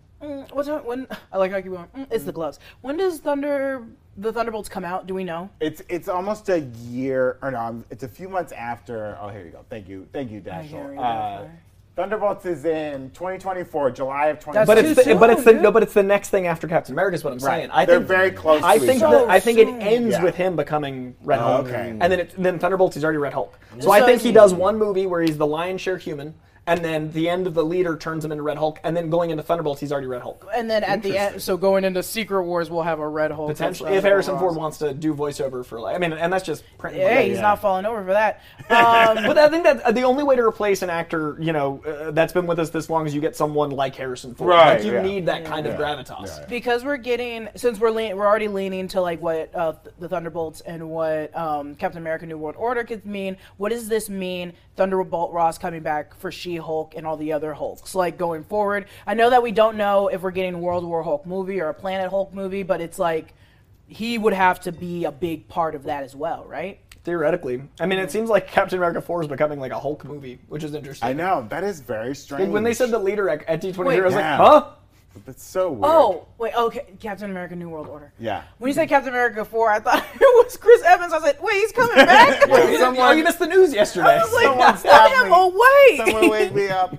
What's that- when I like how you went. "Mm, it's the gloves. When does Thunder the Thunderbolts come out? Do we know?
It's it's almost a year or no, it's a few months after. Oh, here you go. Thank you, thank you,
can't
Dashiell.
read
Uh,
that far.
Thunderbolts is in 2024, July of 2024.
That's
But
It's
it's
too
the, but it's the
soon,
no, but it's the next thing after Captain America is what I'm saying. I
They're
think
very close
I
to
think
each
that
other.
I think it
soon.
ends
Yeah.
with him becoming Red Hulk.
okay.
And then it, then Thunderbolts he's already Red Hulk. So,
So
I think he
he-
does one movie where he's the lion share human, and then the end of the leader turns him into Red Hulk, and then going into Thunderbolts he's already Red Hulk.
And then at the end, so going into Secret Wars, we'll have a Red Hulk
Potentially,
versus
if Harrison
Thunderbolts.
Ford wants to do voiceover for like, I mean, and that's just print.
Hey, he's not falling over for that. Um,
But I think that uh, the only way to replace an actor, you know, uh, that's been with us this long is you get someone like Harrison Ford.
Right,
Like you
yeah.
need that kind of gravitas.
because we're getting since we're lean, we're already leaning to like what uh, th- the Thunderbolts and what um, Captain America: New World Order could mean. What does this mean? Thunderbolt Ross coming back for She Hulk and all the other Hulks, like going forward. I know that we don't know if we're getting World War Hulk movie or a Planet Hulk movie, but it's like he would have to be a big part of that as well, right?
Theoretically, I mean, it seems like Captain America Four is becoming like a Hulk movie, which is interesting.
I know that is very strange.
When they said the leader at, at D23, I
Wait.
was
Yeah.
like, huh?
it's so weird.
Oh wait, okay, Captain America: New World Order.
Yeah.
When you said Captain America four, I thought it was Chris Evans. I was like, wait, he's coming back.
You didn't- oh, you missed the news yesterday.
I was like,
Someone
put
stop
him
me.
away.
Someone wake me up.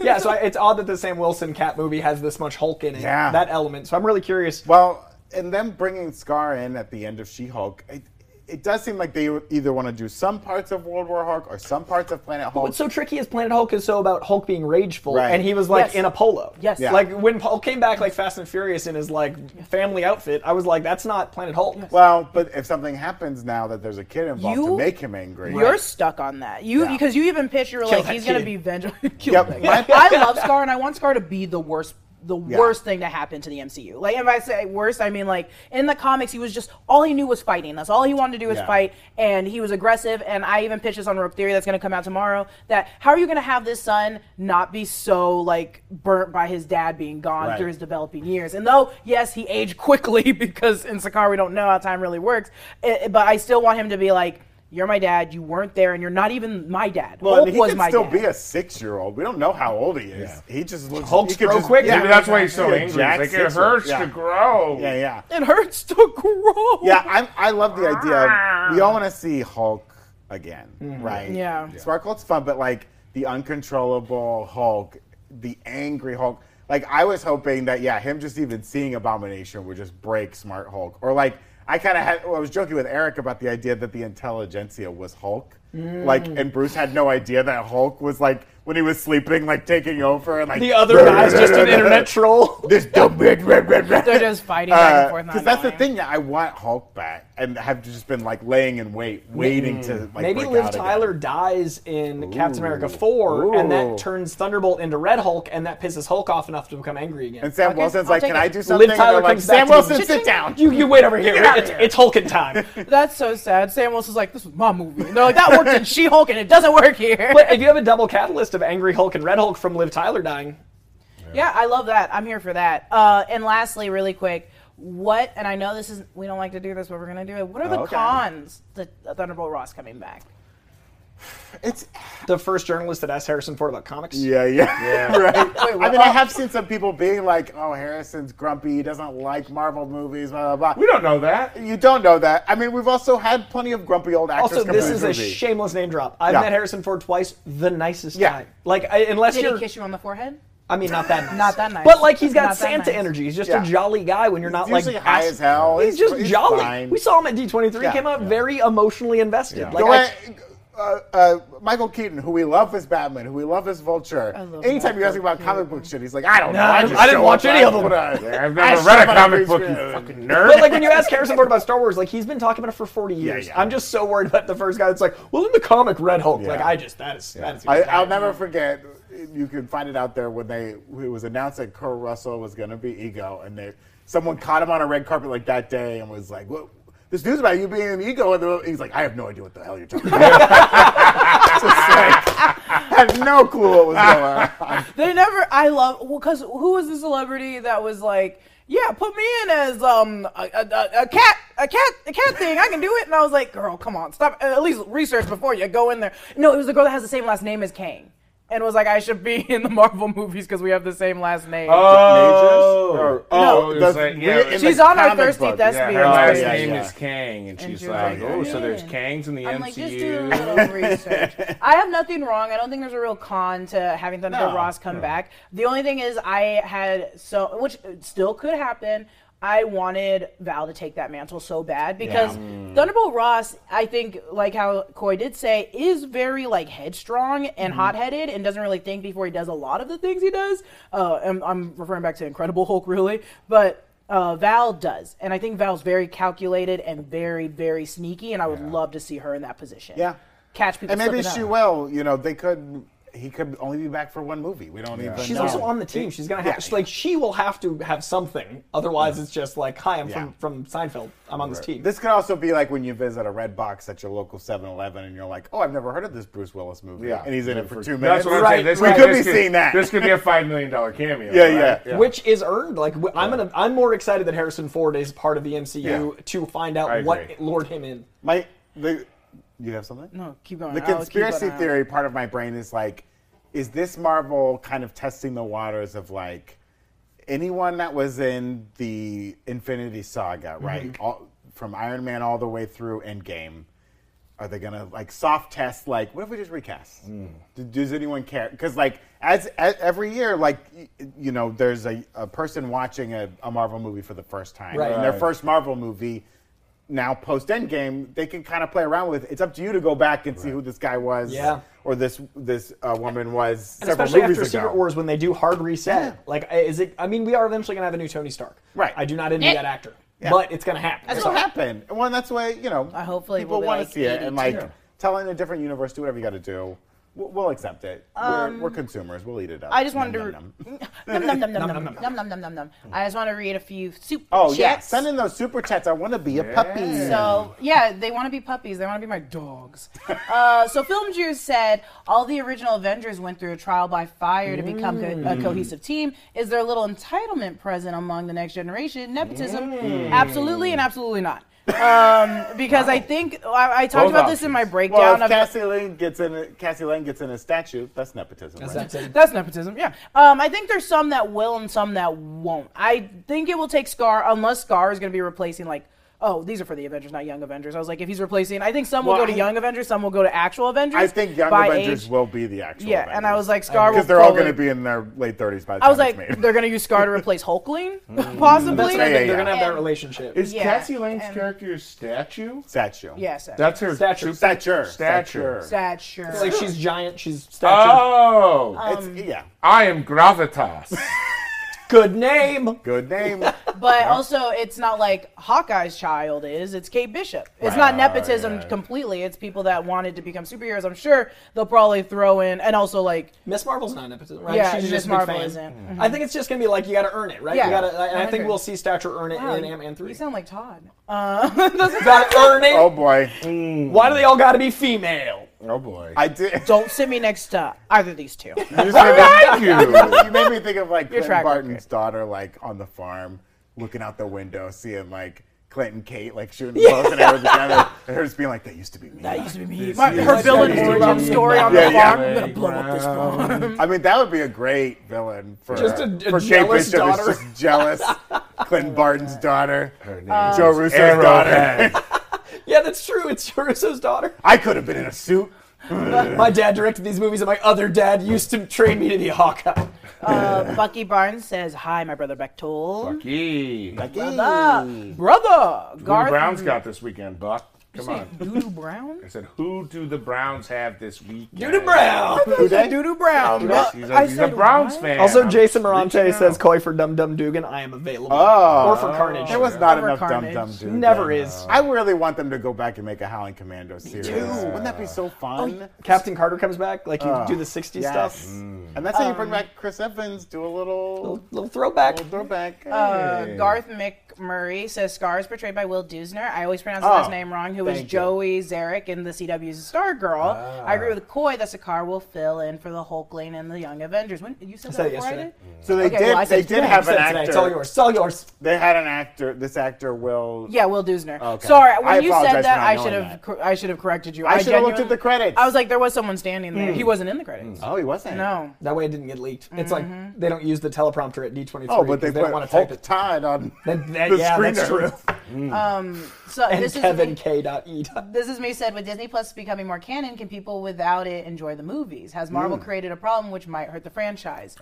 yeah, so I, it's odd that the Sam Wilson cat movie has this much Hulk in it,
Yeah.
that element. So I'm really curious.
Well, and them bringing Scar in at the end of She-Hulk, it, it does seem like they either want to do some parts of World War Hulk or some parts of Planet Hulk.
What's so tricky is Planet Hulk is so about Hulk being rageful,
Right.
and he was like
Yes.
in a polo.
Yes. Yeah.
Like when Hulk came back, like Fast and Furious in his like family outfit, I was like, that's not Planet Hulk.
well, but if something happens now that there's a kid involved to
You-
make him angry,
You're stuck on that. You
Yeah.
because you even pitch you're like
that
he's gonna
kid.
be vengeful. Kill
Yep.
that
My-
guy. I love Scar and I want Scar to be the worst the
Yeah.
worst thing to happen to the MCU. Like if I say worst, I mean like in the comics he was just all he knew was fighting. That's all he wanted to do was
Yeah.
fight and he was aggressive and I even pitched this on Rope Theory that's gonna come out tomorrow that how are you gonna have this son not be so like burnt by his dad being gone
Right.
through his developing years. And though, yes, he aged quickly because in Sakar we don't know how time really works, i- but I still want him to be like, you're my dad, you weren't there, and you're not even my dad.
Well,
Hulk
and he
was
could
my
still
dad.
be a six-year-old. We don't know how old he is. He just looks.
Hulk's
he could
grow
just-
quick.
Yeah,
Maybe that's why he's so
Yeah,
angry. He's
Jack
like it
Sixer.
hurts
Yeah.
to grow.
yeah, yeah.
it hurts to grow.
Yeah, I, I love the idea of we all want to see Hulk again,
Mm-hmm.
right?
Yeah. Yeah.
Sparkle's fun, but like the uncontrollable Hulk, the angry Hulk. Like I was hoping that yeah, him just even seeing Abomination would just break Smart Hulk, or like I kind of had. Well, I was joking with Eric about the idea that the intelligentsia was Hulk, like,
Mm.
and Bruce had no idea that Hulk was like when he was sleeping, like taking over and like
The other guy's just an internet troll.
Oh
this dumb red, red, red, red.
They're just fighting back and forth, not
Because Uh, that's the
knowing.
thing. Yeah, I want Hulk back, and have just been like laying in wait, waiting to like
Maybe
break
Liv
out again.
Tyler dies in Captain America 4, and
Ooh.
that turns Thunderbolt into Red Hulk, and that pisses Hulk off enough to become angry again.
And Sam
Okay,
Wilson's
I'll
like,
take
"Can
it."
I do
Liv
something?" And
Tyler
they're like,
comes back
"Sam
to
Wilson,
the-
sit down."
You, you wait over here.
Get out
It's,
of here.
it's Hulking time.
That's so sad. Sam Wilson's like, this was my movie. And they're like, that worked in She Hulk and it doesn't work here.
but if you have a double catalyst of Angry Hulk and Red Hulk from Liv Tyler dying,
uh,
Yeah, I love that. I'm here for that. Uh, and lastly, really quick, what? And I know this is we don't like to do this, but we're gonna do it. What are the
Okay.
cons to Thunderbolt Ross coming back?
It's
The first journalist that asked Harrison Ford about comics.
yeah, yeah,
Yeah.
right. I mean, I have seen some people being like, "Oh, Harrison's grumpy. He doesn't like Marvel movies." Blah blah blah.
We don't know that.
You don't know that. I mean, we've also had plenty of grumpy old actors.
Also,
come
this
to
is a
movie.
shameless name drop. I've
Yeah.
met Harrison Ford twice. The nicest
Yeah.
guy. Like, I, unless
Did
you're,
he kiss you on the forehead?
I mean, not that, nice.
Not that nice.
But like, he's got
Not that
Santa
nice.
energy. He's just
Yeah.
a jolly guy when you're not
He's
like
usually high
ass-
as hell.
He's just jolly.
fine.
We saw him at D23.
Yeah.
Came out very emotionally invested.
Yeah.
The
Like, I-
way- uh, uh, Michael Keaton, who we love as Batman, who we love as Vulture.
I love
Anytime you ask him
Michael
about comic book shit, he's like, "I don't know.
Nah,
I,
I
just
didn't
show
watch
up.
any
I
of them."
put a-
Yeah, I've
I
never
showed
read
up
a
on
comic
green
book, you
screen.
fucking nerd.
But like when you ask Harrison Ford about Star Wars, like he's been talking about it for 40 years.
yeah.
I'm just so worried about the first guy that's like, well, in the comic Red Hulk, like
Yeah.
I just that is that is.
I, I'll never forget. You can find it out there when they it was announced that Kurt Russell was going to be Ego, and they someone caught him on a red carpet like that day and was like, "What? This news about you being an Ego?" And the- he's like, "I have no idea what the hell you're talking about." Just like, had no clue what was going on.
They never. I love well, cause who was the celebrity that was like, yeah, put me in as um a, a, a- a cat, a cat, a cat thing. I can do it. And I was like, girl, come on, stop. uh, At least research before you go in there. No, it was the girl that has the same last name as Kang, and was like, I should be in the Marvel movies because we have the same last name.
oh,
Majors? Or-
oh,
No,
it was
the-
like,
we-
yeah, it was
in
She's
the
on our
comic
thirsty
book.
Thespians.
yeah, her
Oh,
last
yeah,
name
yeah.
is Kang, and she's
she was
like,
like,
oh, so
"Yeah."
there's Kangs in the
I'm
MCU.
like, just do a little research. I have nothing wrong. I don't think there's a real con to having Thunder
No,
Ross come back. The only thing is, I had so, which still could happen. I wanted Val to take that mantle so bad because
Mm.
Thunderbolt Ross, I think, like how Coy did say, is very like headstrong and
Mm-hmm.
hot-headed and doesn't really think before he does a lot of the things he does. Uh, I'm, I'm referring back to Incredible Hulk, really, but uh, Val does, and I think Val's very calculated and very, very sneaky, and I would love to see her in that position.
Yeah.
catch people.
And maybe
slipping
she
up.
will. You know, they could. He could only be back for one movie. We don't even.
She's
know.
also on the team. She's gonna have
Yeah.
like she will have to have something. Otherwise, it's just like, hi, I'm
Yeah.
from from Seinfeld. I'm on this team.
This could also be like when you visit a red box at your local 7-Eleven and you're like, "Oh, I've never heard of this Bruce Willis movie,"
Yeah.
and he's in it for two minutes.
That's what I'm
Right,
saying. This
we
right.
could
this
be seeing that.
This could be a five million dollar cameo.
Yeah,
right?
yeah.
Which is earned. Like wh- I'm gonna, I'm more excited that Harrison Ford is part of the MCU
Yeah.
to find
I
out what
agree.
lured him in.
my the you have something?
No, keep going.
The
I'll keep
conspiracy
going.
theory part of my brain is like, is this Marvel kind of testing the waters of like anyone that was in the Infinity Saga, right? All, from Iron Man all the way through Endgame. Are they gonna like soft test? Like, what if we just recast? D- Does anyone care? Because like, as, as every year, like, y- you know, there's a, a person watching a, a Marvel movie for the first time,
Right.
and their
Right.
first Marvel movie, now post Endgame, they can kind of play around with. It's up to you to go back and see who this guy was,
Yeah.
or this this uh, woman was
And
several
especially
movies
after
ago.
Secret Wars when they do hard reset.
Yeah.
Like, I- is it? I mean, we are eventually gonna have a new Tony Stark.
Right.
I do not envy
Yeah.
that actor, but it's gonna happen.
That's
So-
what happened. Well, and that's why you know
Uh, hopefully it
people
will be
want
like
to see it and like
82.
Yeah.
telling a different universe, do whatever you got to do. We'll, we'll accept it. we're, we're consumers. We'll eat it up.
Um, I just wanted
Nom,
to.
nom, nom.
Nom nom nom nom nom nom nom nom nom nom. I just want to read a few soup
Oh yeah,
chats.
send in those super chats. I want to be a puppy.
So yeah, they want to be puppies. They want to be my dogs. uh, so Film Juice said all the original Avengers went through a trial by fire to become co- a cohesive team. Is there a little entitlement present among the next generation? Nepotism? Absolutely and absolutely not. Um, because I think I, I talked
Both
about this in my
options.
breakdown
well, if
of
Cassie Lane gets in, a, Cassie Lane gets in a statue. That's nepotism. That's right?
That's it.
That's nepotism, yeah. Um, I think there's some that will and some that won't. I think it will take Scar, unless Scar is going to be replacing, like, oh, these are for the Avengers, not Young Avengers. I was like, if he's replacing, I think some will
Well,
go to
I-
Young Avengers, some will go to actual Avengers.
I think Young
by
Avengers
age.
will be the actual.
Yeah, and I was like, Scar will
because they're all
probably-
going to be in their late thirties by the time
I was
it's
like,
made.
they're going to use Scar to replace Hulkling, possibly.
Yeah, yeah,
They're
yeah.
gonna have that relationship.
Is
Yeah,
Cassie Lane's
and-
character a statue?
statue.
Yes.
That's her
Stature.
super-
Stature.
Stature.
That's sure.
like she's giant. She's statue.
Oh,
It's,
um,
yeah.
I am gravitas.
Good name.
Good name.
But also, it's not like Hawkeye's child is. It's Kate Bishop. It's not nepotism completely. It's people that wanted to become superheroes. I'm sure they'll probably throw in, and also like
Miss Marvel's not nepotism, right?
Yeah,
She's
Miss
just a big
Marvel
fan.
isn't.
I think it's just gonna be like you got to earn it, right?
Yeah.
You gotta, and I think
100.
we'll see Stature earn it
Wow,
in Ant Man three.
You sound like Todd. Uh, that's-
Gotta earn it.
oh boy.
Why do they all gotta be female?
Oh boy.
I did.
don't sit me next to either of these two.
You just made
Thank you.
me, you made me think of like
Your
Clint
track
Barton's daughter, like on the farm, looking out the window, seeing like Clinton Kate like shooting both and everything together, and her just being like, "That used to be me."
That used to be me.
This
My,
is
her villain
the
origin story on the
Yeah, yeah.
farm. I'm gonna blow up this farm.
I mean, that would be a great villain for
Just a- a
for Kate
jealous
Bishop is
daughter.
just jealous. Clinton Barton's daughter,
Her name
Joe
is
Russo's daughter.
Arrowhead.
Yeah, that's true. It's Russo's daughter.
I could have been in a suit.
My dad directed these movies, and my other dad used to train me to be a Hawkeye.
Uh, Bucky Barnes says, "Hi, my brother Bechtel."
Lucky.
Brother, brother,
Who the
Garth.
Browns got this weekend, Buck? Come
Say,
on.
Doodoo Brown.
I said, who do the Browns have this weekend?
Dude, Brown.
Doodoo Brown.
Um,
bro.
He's a, he's a
Uh, I said,
Browns
what?
fan.
Also,
I'm
Jason
reaching
Morante
out.
says, "Coy for Dum Dum Dugan, I am available."
Oh.
or for Carnage.
There was not
Never
enough dumb
Carnage.
dumb dude.
Never is.
I really want them to go back and make a Howling Commando series. Wouldn't that be so fun?
Captain Carter comes back, like you do the '60s
Oh, Yes.
stuff. Oh.
And that's how you bring back Chris Evans. Do a little,
Little, little throwback.
little throwback.
Uh, Garth McMurray says Scar is portrayed by Will Dusner. I always pronounce his
Oh,
last name wrong. Who was
thank you. Ah.
Joey Zarek in the CW's Star Girl? I agree with Coy that Scar will fill in for the Hulkling and the Young Avengers. When you said
said
that
it
before I
yesterday.
did?
so they
okay,
did.
well, I said
they
today.
did have
Said
an
it today. It's all
actor.
yours. It's all yours.
They had an actor. This actor will.
Yeah, Will Dusner.
Oh, Okay.
Sorry, when
I
you said
apologize
that,
for not
I
knowing
should have
that.
cor- I should have corrected you.
I should have looked at
genuinely-
the credits. Hmm.
I was like, there was someone standing there. He wasn't in the credits.
oh, he wasn't.
No.
That way it didn't get leaked. It's like they don't use the teleprompter at D23.
Mm-hmm. Oh, but
'cause
they,
they
put
don't want to type
Hulk
it.
Todd on
Then- then-
the
yeah,
screener.
that's true.
So
And
this
Kevin
is
K. dot E. dot-
this is me said with Disney Plus becoming more canon, can people without it enjoy the movies? Has Marvel
Hmm.
created a problem which might hurt the franchise?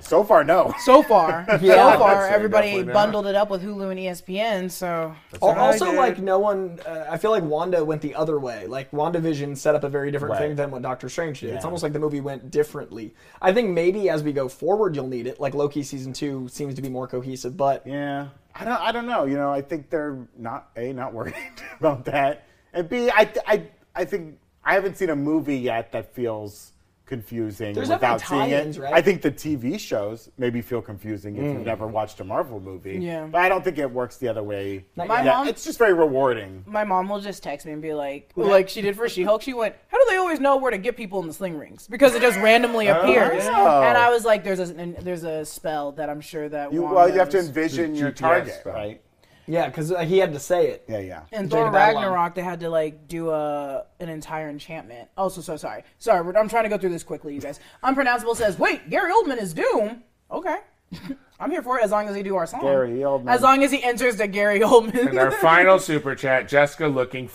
So far, no.
So far, so far,
say
everybody
definitely not.
bundled it up with Hulu and E ESPN. So
Al-
what I
Also,
did.
like no one, uh, I feel like Wanda went the other way. Like WandaVision set up a very different
Right.
thing than what Doctor Strange did. It's almost like the movie went differently. I think maybe as we go forward, you'll need it. Like Loki season two seems to be more cohesive, but
Yeah, I don't. I don't know. You know, I think they're not a not worried about that, and b I th- I I think I haven't seen a movie yet that feels confusing
There's
without
definitely
seeing it.
tie-ins, right? Mm.
I think the TV shows maybe feel confusing if you've never watched a Marvel movie.
Yeah.
but I don't think it works the other way.
My
Yeah,
mom-
it's just very rewarding.
my mom will just text me and be like, like she did for She Hulk. She went, "How do they always know where to get people in the sling rings? Because it just randomly appears."
Oh, yeah.
And I was like, "There's a an- there's a spell that I'm sure that
You
Wong
well, you have to
knows."
envision
The
your
GPS
target,
stuff.
right?
yeah, because he had to say it.
Yeah, yeah.
In
Jacob
Thor
Batalon.
Ragnarok, they had to like do a an entire enchantment. Also, so sorry, sorry. we're- I'm trying to go through this quickly, you guys. Unpronounceable says, "Wait, Gary Oldman is Doom." Okay, I'm here for it as long as they do our song.
Gary Oldman.
As long as he enters the Gary Oldman.
And our final super chat, Jessica looking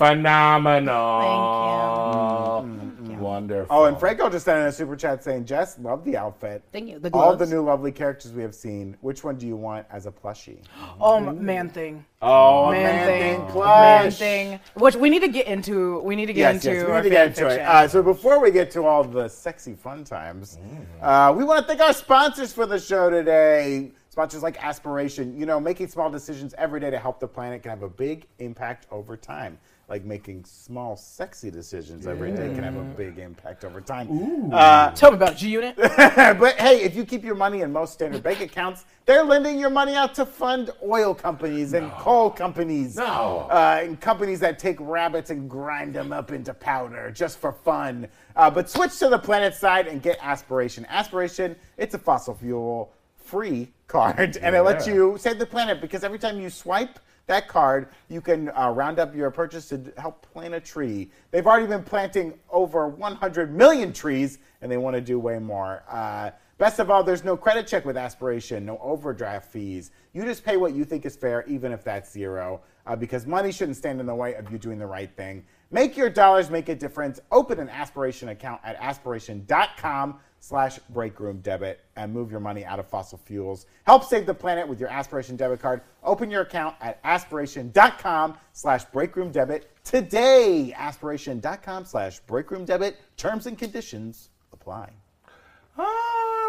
phenomenal.
Mm-hmm.
Thank you. Wonderful.
Oh, and Franco just sent in a super chat saying, "Jess, love the outfit.
Thank you. The
All the
gloves.
new lovely characters we have seen. Which one do you want as a plushie?"
oh man, thing.
Oh,
Man thing. Man
plush.
thing. Which we need to get into. We need to get
Yes,
into.
yes, we
our
need to get
fan
into it.
fiction.
Uh, so before we get to all the sexy fun times, uh, we want to thank our sponsors for the show today. Sponsors like Aspiration, you know, making small decisions every day to help the planet can have a big impact over time. Like making small, sexy decisions every day can have a big impact over time. Uh,
Tell me about G Unit.
but hey, if you keep your money in most standard bank accounts, they're lending your money out to fund oil companies and coal companies.
No.
Uh, and companies that take rabbits and grind them up into powder just for fun. Uh, but switch to the planet side and get aspiration. Aspiration, it's a fossil fuel free card, and it lets
Yeah.
you save the planet because every time you swipe, that card, you can uh, round up your purchase to help plant a tree. They've already been planting over 100 million trees, and they want to do way more. Uh, best of all, there's no credit check with aspiration, no overdraft fees. You just pay what you think is fair, even if that's zero, uh, because money shouldn't stand in the way of you doing the right thing. Make your dollars make a difference. Open an aspiration account at aspiration.com slash breakroom debit and move your money out of fossil fuels. Help save the planet with your aspiration debit card. Open your account at aspiration.com slash breakroom debit today. Aspiration.com slash breakroom debit. Terms and conditions apply.
Uh,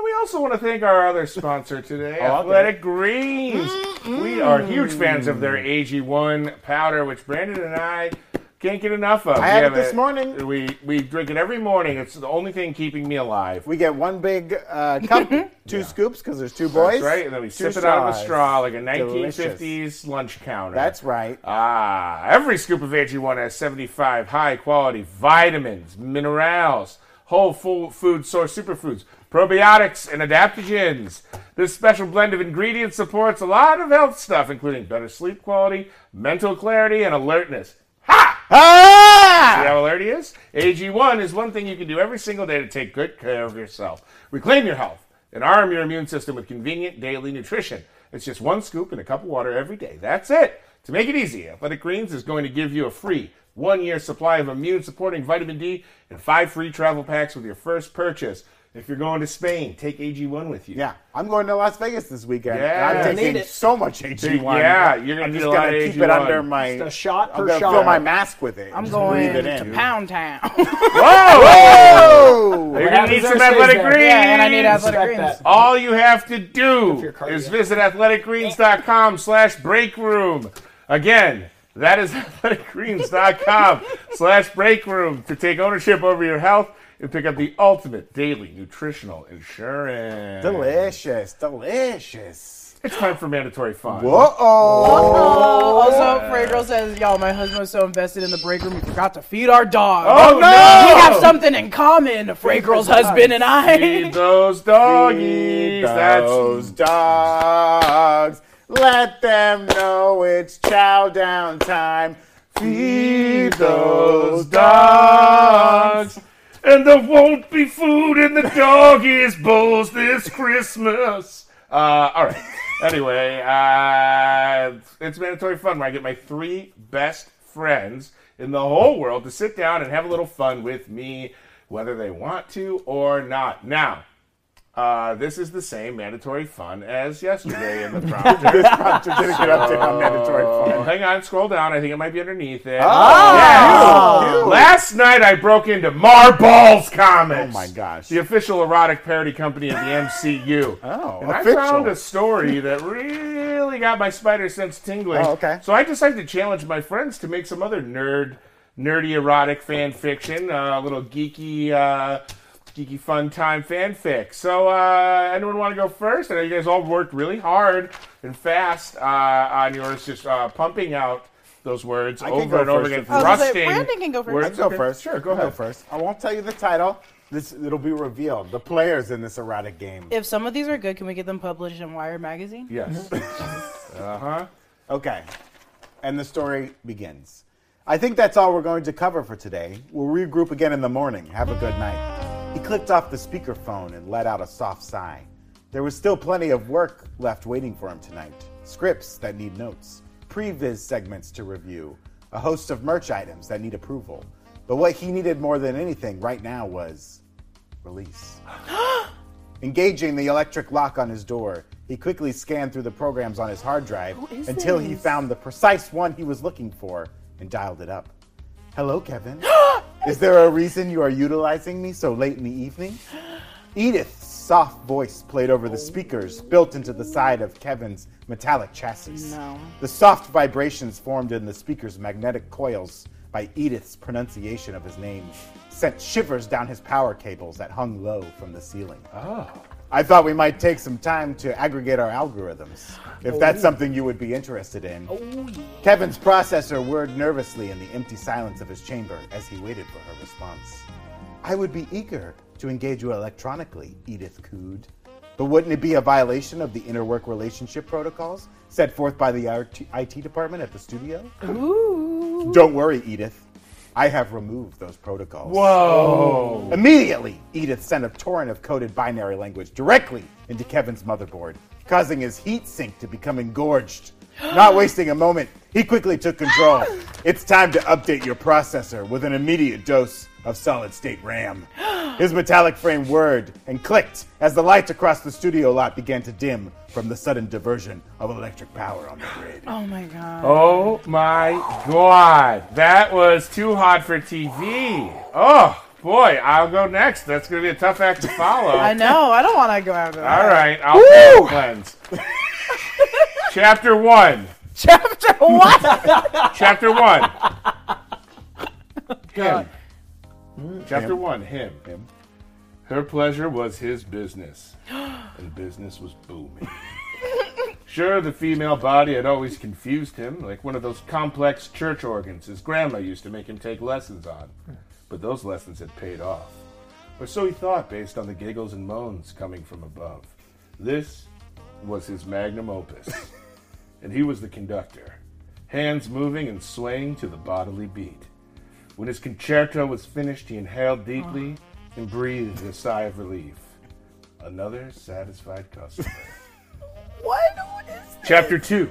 we also want to thank our other sponsor today,
Oh, okay. Mm-hmm.
Athletic Greens. We are huge fans of their AG1 powder, which Brandon and I can't get enough of. I
had it this morning.
We we drink it every morning. It's the only thing keeping me alive.
We get one big uh, cup, two scoops because there's two boys.
That's right, and then we
two
sip it out of a
straws.
straw like a
Delicious.
1950s lunch counter.
That's right.
Ah, every scoop of AG1 has 75 high quality vitamins, minerals, whole full food source superfoods, probiotics, and adaptogens. This special blend of ingredients supports a lot of health stuff, including better sleep quality, mental clarity, and alertness. Ha! See
Ah!
how alert he is? AG1 is one thing you can do every single day to take good care of yourself. Reclaim your health and arm your immune system with convenient daily nutrition. It's just one scoop and a cup of water every day. That's it. To make it easy, Athletic Greens is going to give you a free one year supply of immune supporting vitamin D and five free travel packs with your first purchase. If you're going to Spain, take AG1 with you.
Yeah, I'm going to Las Vegas this weekend. and
Yes.
I'm taking
Need it.
so much AG1.
Yeah, you're gonna
I'm
need
just
a lot
gonna
of E
keep it
AG1.
under my.
A shot
I'm
per
gonna
shot.
fill my mask with it.
I'm going
it
to
in.
Pound Town.
Whoa!
You're going to need
happens
some
there stays
athletic
there.
greens.
yeah, and I need athletic
Respect
greens.
that.
All you have to
your
do
cardio.
is visit athleticgreens.com slash break room. Again, that is athleticgreens.com slash break room to take ownership over your health and pick up the ultimate daily nutritional insurance.
Delicious, delicious.
It's time for mandatory fun.
Whoa!
Oh, also, Prairie Girl says, "Y'all, my husband was so invested in the Bray Room, we forgot to feed our dog.
Oh, no!
We have something in common, Frey Girl's husband and
Feed
I.
those
Feed
doggies.
those dogs. Let them know it's chow down time. Feed
That's those dogs. And there won't be food in the doggies' bowls this Christmas. Uh, all right. Anyway, uh, it's mandatory fun where I get my three best friends in the whole world to sit down and have a little fun with me, whether they want to or not. Now, uh, this is the same mandatory fun as yesterday in the prompter.
Just didn't get up to how mandatory
Oh,
fun.
hang on, scroll down. I think it might be underneath it.
Oh,
Yes.
cute.
Last night I broke into Marball's Comics.
Oh my gosh.
The official erotic parody company of the MCU.
Oh,
and I
official.
found a story that really got my spider sense tingling.
Oh, okay.
So I decided to challenge my friends to make some other nerd, nerdy erotic fan fiction, uh, a little geeky. Uh, Geeky fun time fanfic. So, uh, anyone want to go first? I know you guys all worked really hard and fast uh, on yours, just uh, pumping out those words
can
over
go
and over
first
again,
if you want.
I was gonna say,
thrusting.
Oh, Brandon can go first.
words.
I can go
Okay.
first.
Sure, go
I'll
ahead.
first. I won't tell you the title. This it'll be revealed. The players in this erotic game.
If some of these are good, can we get them published in Wired magazine?
Yes. uh huh.
Okay. And the story begins. I think that's all we're going to cover for today. We'll regroup again in the morning. Have a good night. He clicked off the speakerphone and let out a soft sigh. There was still plenty of work left waiting for him tonight scripts that need notes, previs segments to review, a host of merch items that need approval. But what he needed more than anything right now was release. Engaging the electric lock on his door, he quickly scanned through the programs on his hard drive until he found the precise one he was looking for and dialed it up. Hello, Kevin. Is there a reason you are utilizing me so late in the evening? Edith's soft voice played over the speakers built into the side of Kevin's metallic chassis.
No.
The soft vibrations formed in the speaker's magnetic coils by Edith's pronunciation of his name sent shivers down his power cables that hung low from the ceiling. Oh. I thought we might take some time to aggregate our algorithms, if that's something you would be interested in. Kevin's processor whirred nervously in the empty silence of his chamber as he waited for her response. I would be eager to engage you electronically, Edith cooed. But wouldn't it be a violation of the inner work relationship protocols set forth by the RT IT department at the studio? Don't worry, Edith. I have removed those protocols.
Whoa.
Immediately, Edith sent a torrent of coded binary language directly into Kevin's motherboard, causing his heat sink to become engorged. Not wasting a moment, he quickly took control. it's time to update your processor with an immediate dose of solid state RAM. His metallic frame whirred and clicked as the lights across the studio lot began to dim from the sudden diversion of electric power on the grid.
Oh my god.
Oh my god. That was too hot for TV. Oh, boy. I'll go next. That's going to be a tough act to follow.
I know. I don't want to go after that.
All right. I'll Woo! cleanse. Chapter one.
Chapter what?
Chapter one. Him. Chapter one. Him.
Him.
Her pleasure was his business, and business was booming. sure, the female body had always confused him, like one of those complex church organs his grandma used to make him take lessons on. But those lessons had paid off. Or so he thought based on the giggles and moans coming from above. This was his magnum opus, and he was the conductor, hands moving and swaying to the bodily beat. When his concerto was finished, he inhaled deeply
Oh.
and breathed a sigh of relief. Another satisfied customer.
What? What is
Chapter 2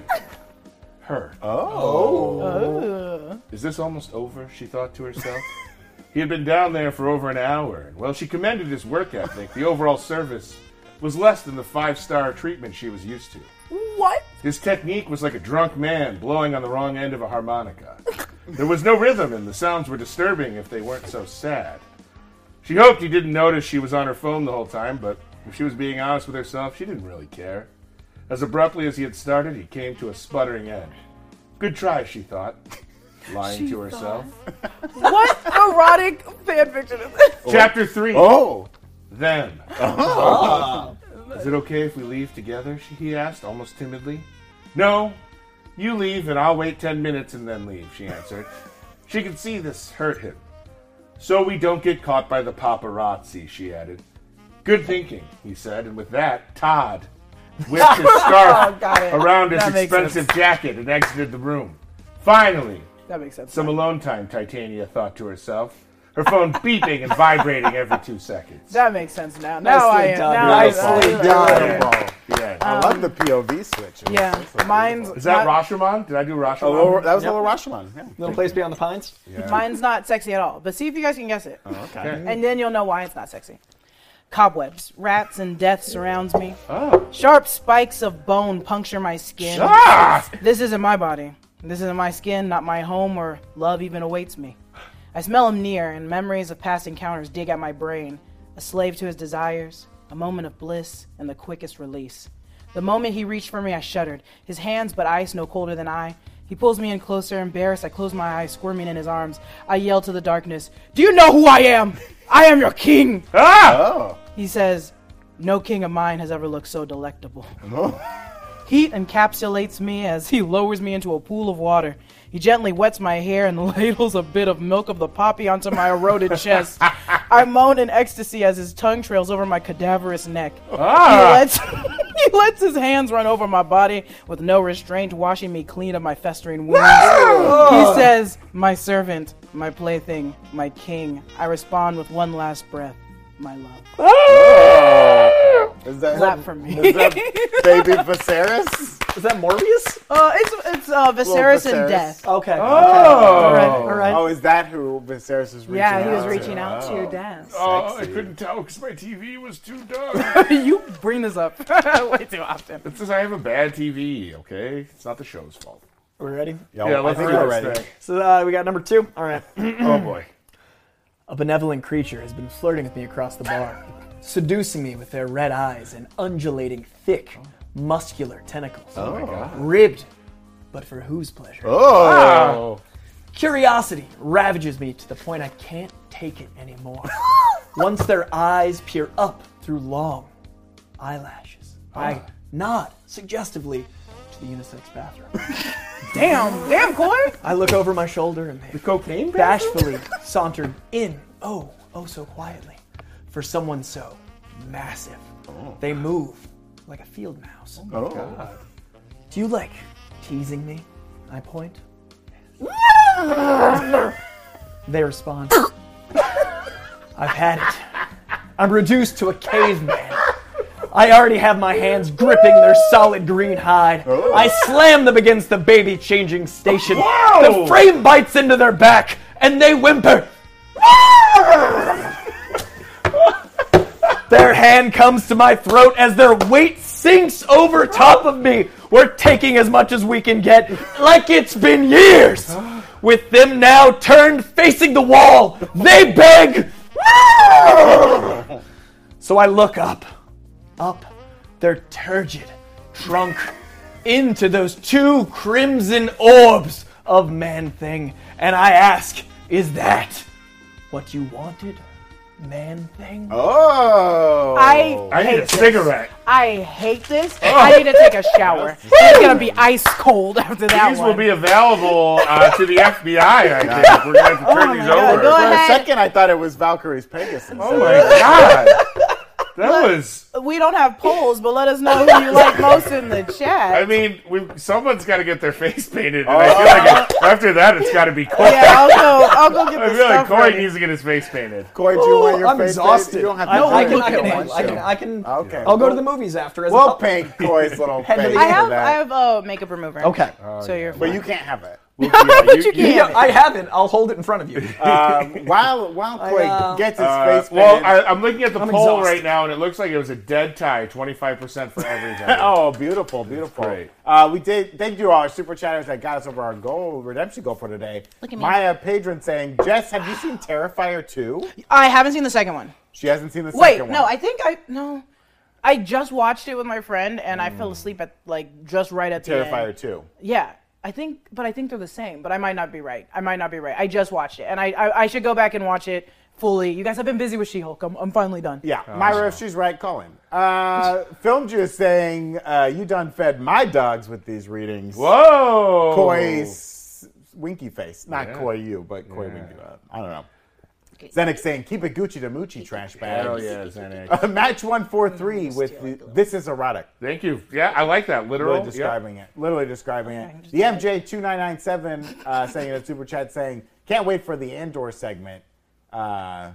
Her.
Oh.
Oh.
Ugh.
Is this almost over? She thought to herself. he had been down there for over an hour, and while she commended his work ethic, the overall service was less than the five star treatment she was used to.
What?
His technique was like a drunk man blowing on the wrong end of a harmonica. There was no rhythm, and the sounds were disturbing if they weren't so sad. She hoped he didn't notice she was on her phone the whole time, but if she was being honest with herself, she didn't really care. As abruptly as he had started, he came to a sputtering end. Good try, she thought, lying to herself.
What erotic fanfiction is this?
Chapter 3.
Oh,
Them.
Oh.
Is it okay if we leave together? She, he asked, almost timidly. No. You leave, and I'll wait ten minutes and then leave, she answered. she could see this hurt him. So we don't get caught by the paparazzi, she added. Good thinking, he said, and with that, Todd whipped his scarf
Oh, got it.
around his
That makes
expensive jacket and exited the room. Finally,
That makes sense.
some alone time, Titania thought to herself, her phone beeping and vibrating every two seconds.
that makes sense now. Now I am.
done.
Now
Nicely
I am.
done.
Yeah.
I love the POV switch. It was-
Yeah,
that's a-
mine's
Is that
not,
Rashomon? Did I do Rashomon?
A little, that was a little Rashomon. Yeah.
Little place beyond the pines.
mine's not sexy at all. But see if you guys can guess
Uh,
it,
Okay.
and then you'll know why it's not sexy. Cobwebs, rats, and death surrounds me. Sharp spikes of bone puncture my skin.
Ah!
This isn't my body. This isn't my skin, not my home, or love even awaits me. I smell him near, and memories of past encounters dig at my brain. A slave to his desires, a moment of bliss, and the quickest release. The moment he reached for me, I shuddered. His hands, but ice, no colder than I. He pulls me in closer, embarrassed. I close my eyes, squirming in his arms. I yell to the darkness, Do you know who I am? I am your king! Ah!
Oh,
He says, No king of mine has ever looked so delectable. Oh. Heat encapsulates me as he lowers me into a pool of water. He gently wets my hair and ladles a bit of milk of the poppy onto my eroded chest. I moan in ecstasy as his tongue trails over my cadaverous neck.
Ah!
He, lets, he lets his hands run over my body with no restraint, washing me clean of my festering wounds. He says, My servant, my plaything, my king. I respond with one last breath, my love.
is that
Clap for me.
Is that baby Viserys?
Is that Morbius?
Uh, it's it's uh, Viserys and
Viserys.
Death.
Okay.
Oh,
Right, all right.
Oh, is that who Viserys is reaching?
yeah, he
out
was
to?
reaching out to Death.
Oh, I couldn't tell because my TV was too dark.
Oh, you bring this up way too often.
it's just I have a bad TV, okay? It's not the show's fault.
We're ready.
Yo,
yeah,
I
let's
think
hear
we're
this
ready.
thing.
So uh, we got number two. All right.
Oh, boy.
A benevolent creature has been flirting with me across the bar, seducing me with their red eyes and undulating, thick, muscular tentacles. Oh, Ribbed, but for whose pleasure?
Oh,
Curiosity ravages me to the point I can't take it anymore. Once their eyes peer up through long eyelashes,
Ah.
I nod suggestively to the unisex bathroom.
Damn, damn, Corey.
I look over my shoulder and they
Cocaine?
bashfully sauntered in, oh, oh so quietly, for someone so massive. They move like a field mouse.
oh.
Do you like teasing me? I point. they respond. I've had it. I'm reduced to a caveman. I already have my hands gripping their solid green hide. I slam them against the baby changing station. The frame bites into their back, and they whimper. Their hand comes to my throat as their weight sinks over top of me. We're taking as much as we can get, like it's been years. With them now turned facing the wall, they beg. so I look up, up their turgid trunk into those two crimson orbs of Man Thing, and I ask, is that what you wanted,
Man thing.
Oh.
I Oh.
I need a
hate this.
cigarette.
I hate this. I need to take a shower. It's gonna be ice cold after that
These
one.
will be available uh, to the FBI. I think we're going to have to turn
Oh my
these
God,
over.
go
For a
ahead.
second, I thought it was Valkyrie's Pegasus.
Oh my god, that was.
we don't have polls, but let us know who you like most in the chat.
I mean, we someone's got to get their face painted, and I feel like after that, it's got to be Coy.
Oh. yeah, I'll go. I'll go get
I
the
feel like
stuff
Coy
ready.
needs to get his face painted.
Corey, do you want your
I'm
face
exhausted.
You don't have to
I,
do
I
it.
can, I
You
can,
don't
handle-
want
I can,
to.
I can.
Okay.
I'll go to the movies after. As a
We'll
couple.
paint Corey's little face
Head to the
for
I have I
that.
have a makeup remover.
Okay.
so you're.
But you can't have it.
but you can't.
Yeah, I have it. I'll hold it in front of you.
Um, while while Corey
uh,
gets his
Uh,
face painted.
well, I, I'm looking at the poll
exhausted.
right now, and it looks like it was a dead tie, 25% for everything.
Oh, beautiful, beautiful.
great.
Uh, we did thank you all our super chatters that got us over our goal redemption goal for today.
Look at me.
Maya Padron saying, Jess, have you seen Terrifier 2?
I haven't seen the second one.
She hasn't seen the
Wait,
second one.
no, I think I no. I just watched it with my friend, and I fell asleep at like just right at the
Terrifier
end.
2.
Yeah, I think, but I think they're the same. But I might not be right. I might not be right. I just watched it, and I I, I should go back and watch it fully. You guys have been busy with She-Hulk. I'm, I'm finally done.
Yeah,
Oh,
Myra, if she's right, call him. Uh, Film Juice saying, uh, you done fed my dogs with these readings.
Whoa!
Koi s- Winky Face. Not
Yeah.
Koi you, but Koi
Yeah.
Winky. uh, I don't know. Zenick saying, keep it Gucci to Moochie, trash bag.
Hell yeah, Xanax.
Uh, match 143 with the, This is Erotic.
Thank you. Yeah, I like that. Literal.
Literally describing it. Literally describing it. The MJ2997 uh, saying in a super chat saying, can't wait for the indoor segment. Uh,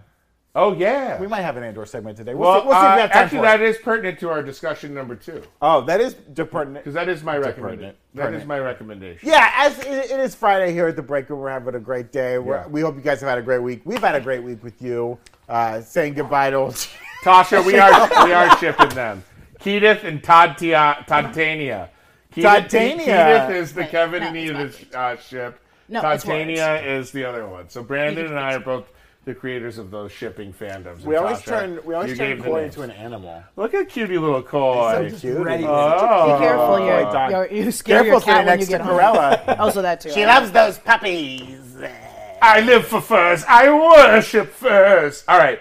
Yep. Oh, yeah.
we might have an indoor segment today. We'll,
well,
see, we'll see if
uh,
we have time
actually,
for
that
it.
is pertinent to our discussion number two,
Oh, that is department.
because that is my recommendation.
pertinent.
That is
Pertinent.
my recommendation.
Yeah, as it, it is Friday here at the break room, we're having a great day. We're,
Yeah.
We hope you guys have had a great week. We've had a great week with you. Uh, saying goodbye to old.
Tasha, we are we are shipping them. Keedith and Todd Tia, Todtania. Keedith-
Todtania.
Keedith is the
Right.
Kevin
No,
and
it's
Edith uh, ship.
No, it's
Todtania is the other one. So Brandon and I are both the creators of those shipping fandoms.
We
And
always
Tasha,
turn we
you
always
gave
turn
the
Corey
names.
into an animal.
Look at cutie little Coy.
So cute.
ready.
Be
Oh.
careful, you're,
my God.
you're- you scare
Careful
your
sitting
cat when
next to
you get home.
Corella.
Also that too.
she loves those puppies.
I live for furs. I worship furs. All right.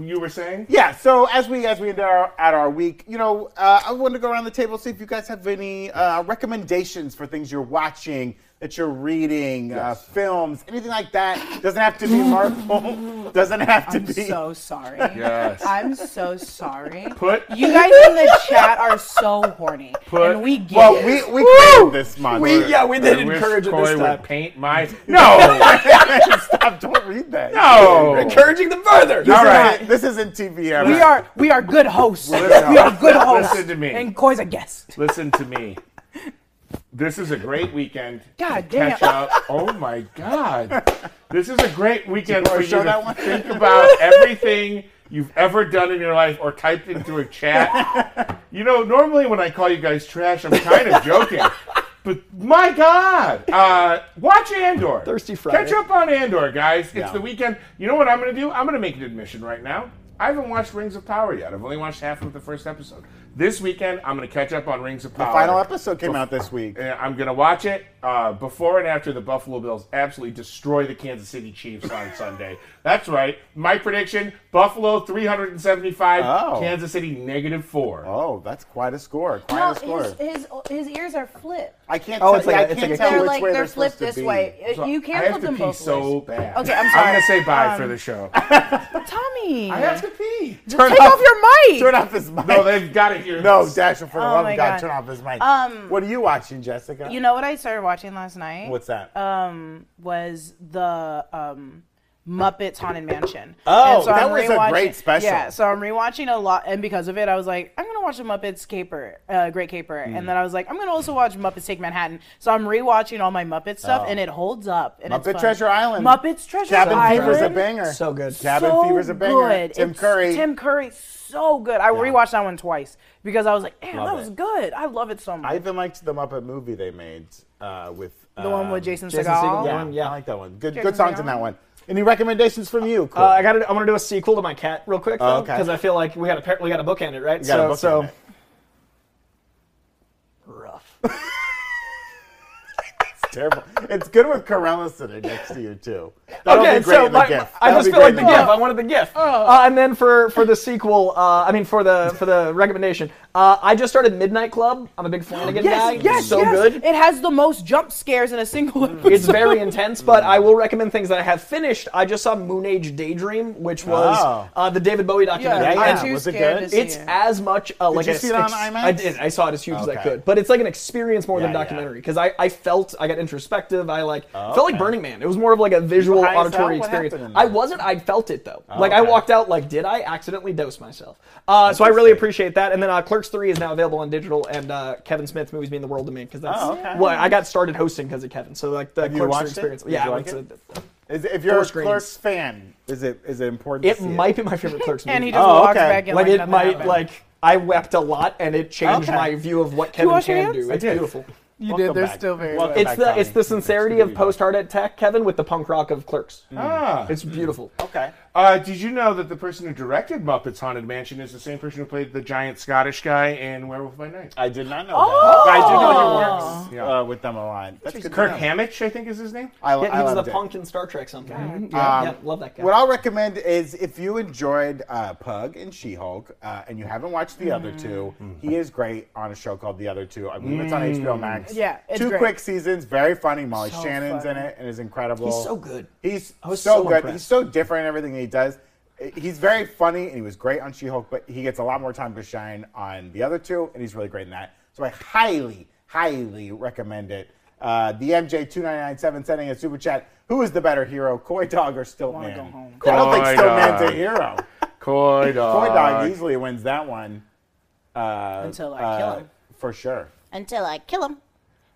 You were saying?
Yeah. So as we as we end our at our week, you know, uh, I wanted to go around the table see if you guys have any uh, recommendations for things you're watching, that you're reading, uh, films, anything like that. Doesn't have to be Marvel. Doesn't have to
I'm
be.
so sorry.
Yes.
I'm so sorry.
Put
You guys in the chat are so horny,
Put-
and we get
well,
it.
we we claimed this month.
We yeah, we did
I wish
encourage it this
Coy would
time.
paint my No.
Stop! Don't read that.
No.
Encouraging them further.
This
All
isn't-
right.
This isn't TVM.
We are we are good hosts.
Listen.
we are good hosts.
Listen to me.
And Koi's a guest.
Listen to me. This is a great weekend. to
God damn.
Catch up. Oh my God. This is a great weekend
you
for
wanna
you
show
to
that one?
think about everything you've ever done in your life or typed into a chat. You know, normally when I call you guys trash, I'm kind of joking. But my God, uh, watch Andor.
Thirsty Friday.
Catch up on Andor, guys. It's
Yeah.
the weekend. You know what I'm going to do? I'm going to make an admission right now. I haven't watched Rings of Power yet. I've only watched half of the first episode. This weekend, I'm going to catch up on Rings of Power.
The final episode came out this week.
And I'm gonna watch it uh, before and after the Buffalo Bills absolutely destroy the Kansas City Chiefs on Sunday. That's right. My prediction: Buffalo 375,
Oh.
Kansas City negative four.
Oh, that's quite a score. Quite
No,
a score.
his, his, his ears are flipped.
I can't
Oh,
tell,
it's like
yeah,
a-
I
it's
can't
like a
tell
They're
which
like
way
they're,
they're,
flipped
supposed to
this
be.
way.
So
you can't
I have
flip
to
them
pee
both
so
ways.
bad.
Okay, I'm
I'm
sorry.
gonna say bye
Um,
for the show.
Tommy,
I have to pee.
Turn
take
off-
off your mic.
Turn off his mic.
No, they've got to hear.
No,
this.
Dasher, for the
Oh
love
my
of God,
God.
turn off his mic.
Um,
what are you watching, Jessica?
You know what I started watching last night?
What's that?
um was the um Muppets Haunted Mansion.
Oh,
And
that was a
rewatching-
great special.
Yeah, so I'm rewatching a lot, and because of it, I was like, I'm gonna watch the Muppets Caper, uh, Great Caper,
Mm.
and then I was like, I'm gonna also watch Muppets Take Manhattan. So I'm rewatching all my Muppet stuff,
Oh.
and it holds up. And it's
Muppet
fun.
Treasure Island.
Muppets Treasure
Cabin
Island.
Fever's a banger.
So good.
Cabin
so
Fever's a banger.
Good.
Tim
It's-
Curry.
Tim Curry, so good. I rewatched that one twice because I was like, damn,
Love
that was
it.
good. I love it so much.
I even liked the Muppet movie they made uh, with
the one with
um,
Jason,
Jason
Segel.
Segel.
Yeah,
Yeah.
I like that one. Good,
Jason
good songs in
Segel.
that one. Any recommendations from you? Cool.
Uh, I got. I want to do a sequel to my cat real quick,
Oh,
though,
okay.
because I feel like we got to we got to bookend it, right?
You got a book in
so, so
it.
rough.
It's terrible. It's good with Corellis sitting next to you too. That'll
okay,
be great
so
in the
my-
GIF.
I
That'll
just
be
feel like the
great
GIF.
in the
I wanted the GIF.
Oh.
Uh, and then for for the sequel, uh, I mean for the for the recommendation, uh, I just started Midnight Club. I'm a big Flanagan guy.
Yes, yes,
so
yes.
good.
It has the most jump scares in a single episode.
It's very intense, but I will recommend things that I have finished. I just saw Moon Age Daydream, which was
Oh.
uh, the David Bowie documentary.
yeah,
yeah.
I'm too
Was it
scared
good?
to see
It's
it.
as much uh, like
you
a
see it on
ex-
IMAX?
I did. I saw it as huge as I
Okay.
could, but it's like an experience more than
Yeah, yeah.
documentary because I, I felt I got introspective. I like felt like Burning Man. It was more of like a visual
high as
auditory
hell? uh, What
experience.
happened in
I
there?
wasn't. I felt it though. like I
okay.
walked out like did I accidentally dose myself? Uh, so I really
Interesting.
appreciate that. And then uh, Clerks Three is now available on digital and uh, Kevin Smith movies being the world to me because that's
Oh, okay.
what I got started hosting because of Kevin. So like the
Have you
Clerks
watched
Three
it?
experience.
Did
Yeah,
you
I
like
went to-
Is it- if you're a
screens.
Clerks fan, is it is it important?
it
to see
might be my favorite Clerks movie.
and he just
Oh,
walks
okay.
back in
like
like,
it
nothing
might
happened.
like I wept a lot and it changed
Okay.
my view of what Kevin
watch it yet?
can do.
I
It's
did.
beautiful.
you
Welcome
did. They're
back.
still very.
Welcome
well.
It's the
Tommy.
it's the sincerity of
It's
post hard attack Kevin with the punk rock of Clerks.
Mm. Oh.
Ah.
It's beautiful.
Okay.
Uh, did you know that the person who directed Muppets Haunted Mansion is the same person who played the giant Scottish guy in Werewolf by Night?
I did not know that. But I do know
Oh.
he works
Yeah.
uh, with them a lot. That's good to
Kirk
know.
Hammett, I think is his name.
I,
Yeah,
I
he was the
loved it.
punk in Star Trek sometime.
Um,
Yeah, yeah, love that guy.
What I'll recommend is if you enjoyed uh, Pug and She Hulk uh, and you haven't watched the other two, he is great on a show called The Other Two. I believe it's on HBO Max.
Yeah, it's
two
great.
quick seasons, very funny. Molly
So
Shannon's in
funny.
it and is incredible.
He's so good.
He's
I was
so,
so
good.
impressed.
He's so different in everything he does. He's very funny and he was great on She Hulk, but he gets a lot more time to shine on the other two, and he's really great in that. So I highly, highly recommend it. Uh, the MJ2997 sending a super chat. Who is the better hero, Koi Dog or Stiltman?
go home.
I don't think
Koi
Stiltman's a
Dog. Uh,
hero.
Coy dog.
Koi Dog easily wins that one. Uh,
Until I kill him.
For sure.
until I kill him.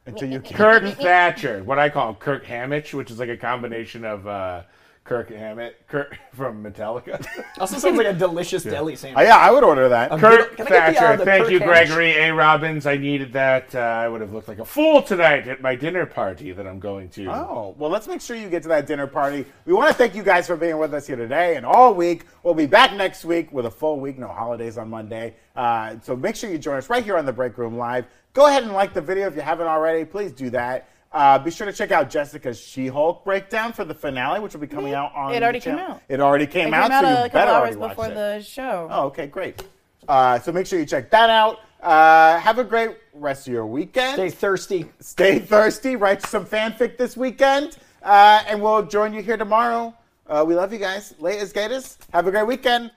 Until you kill
Kirk Thatcher, what I call him, Kirk Hammett, which is like a combination of uh, Kirk Hammett, Kirk from Metallica.
also sounds like a delicious deli sandwich.
Oh, yeah, I would order that.
Kirk
Can I get the,
Thatcher,
uh, the
thank
Kirk
you,
Hammett?
Gregory A. Robbins. I needed that. Uh, I would have looked like a fool tonight at my dinner party that I'm going to.
Oh, well, let's make sure you get to that dinner party. We want to thank you guys for being with us here today and all week. We'll be back next week with a full week, no holidays on Monday. Uh, so make sure you join us right here on the Break Room Live. Go ahead and like the video if you haven't already. Please do that. Uh, be sure to check out Jessica's She Hulk breakdown for the finale, which will be coming out on.
It already
the channel.
came out.
It already came,
It
out,
came out
so you
a
better
couple hours
already watch
before
it.
the show.
Oh, okay, great. Uh, so make sure you check that out. Uh, have a great rest of your weekend
Stay thirsty.
stay thirsty, write some fanfic this weekend, uh, and we'll join you here tomorrow. Uh, we love you guys. Latest gators. Have a great weekend.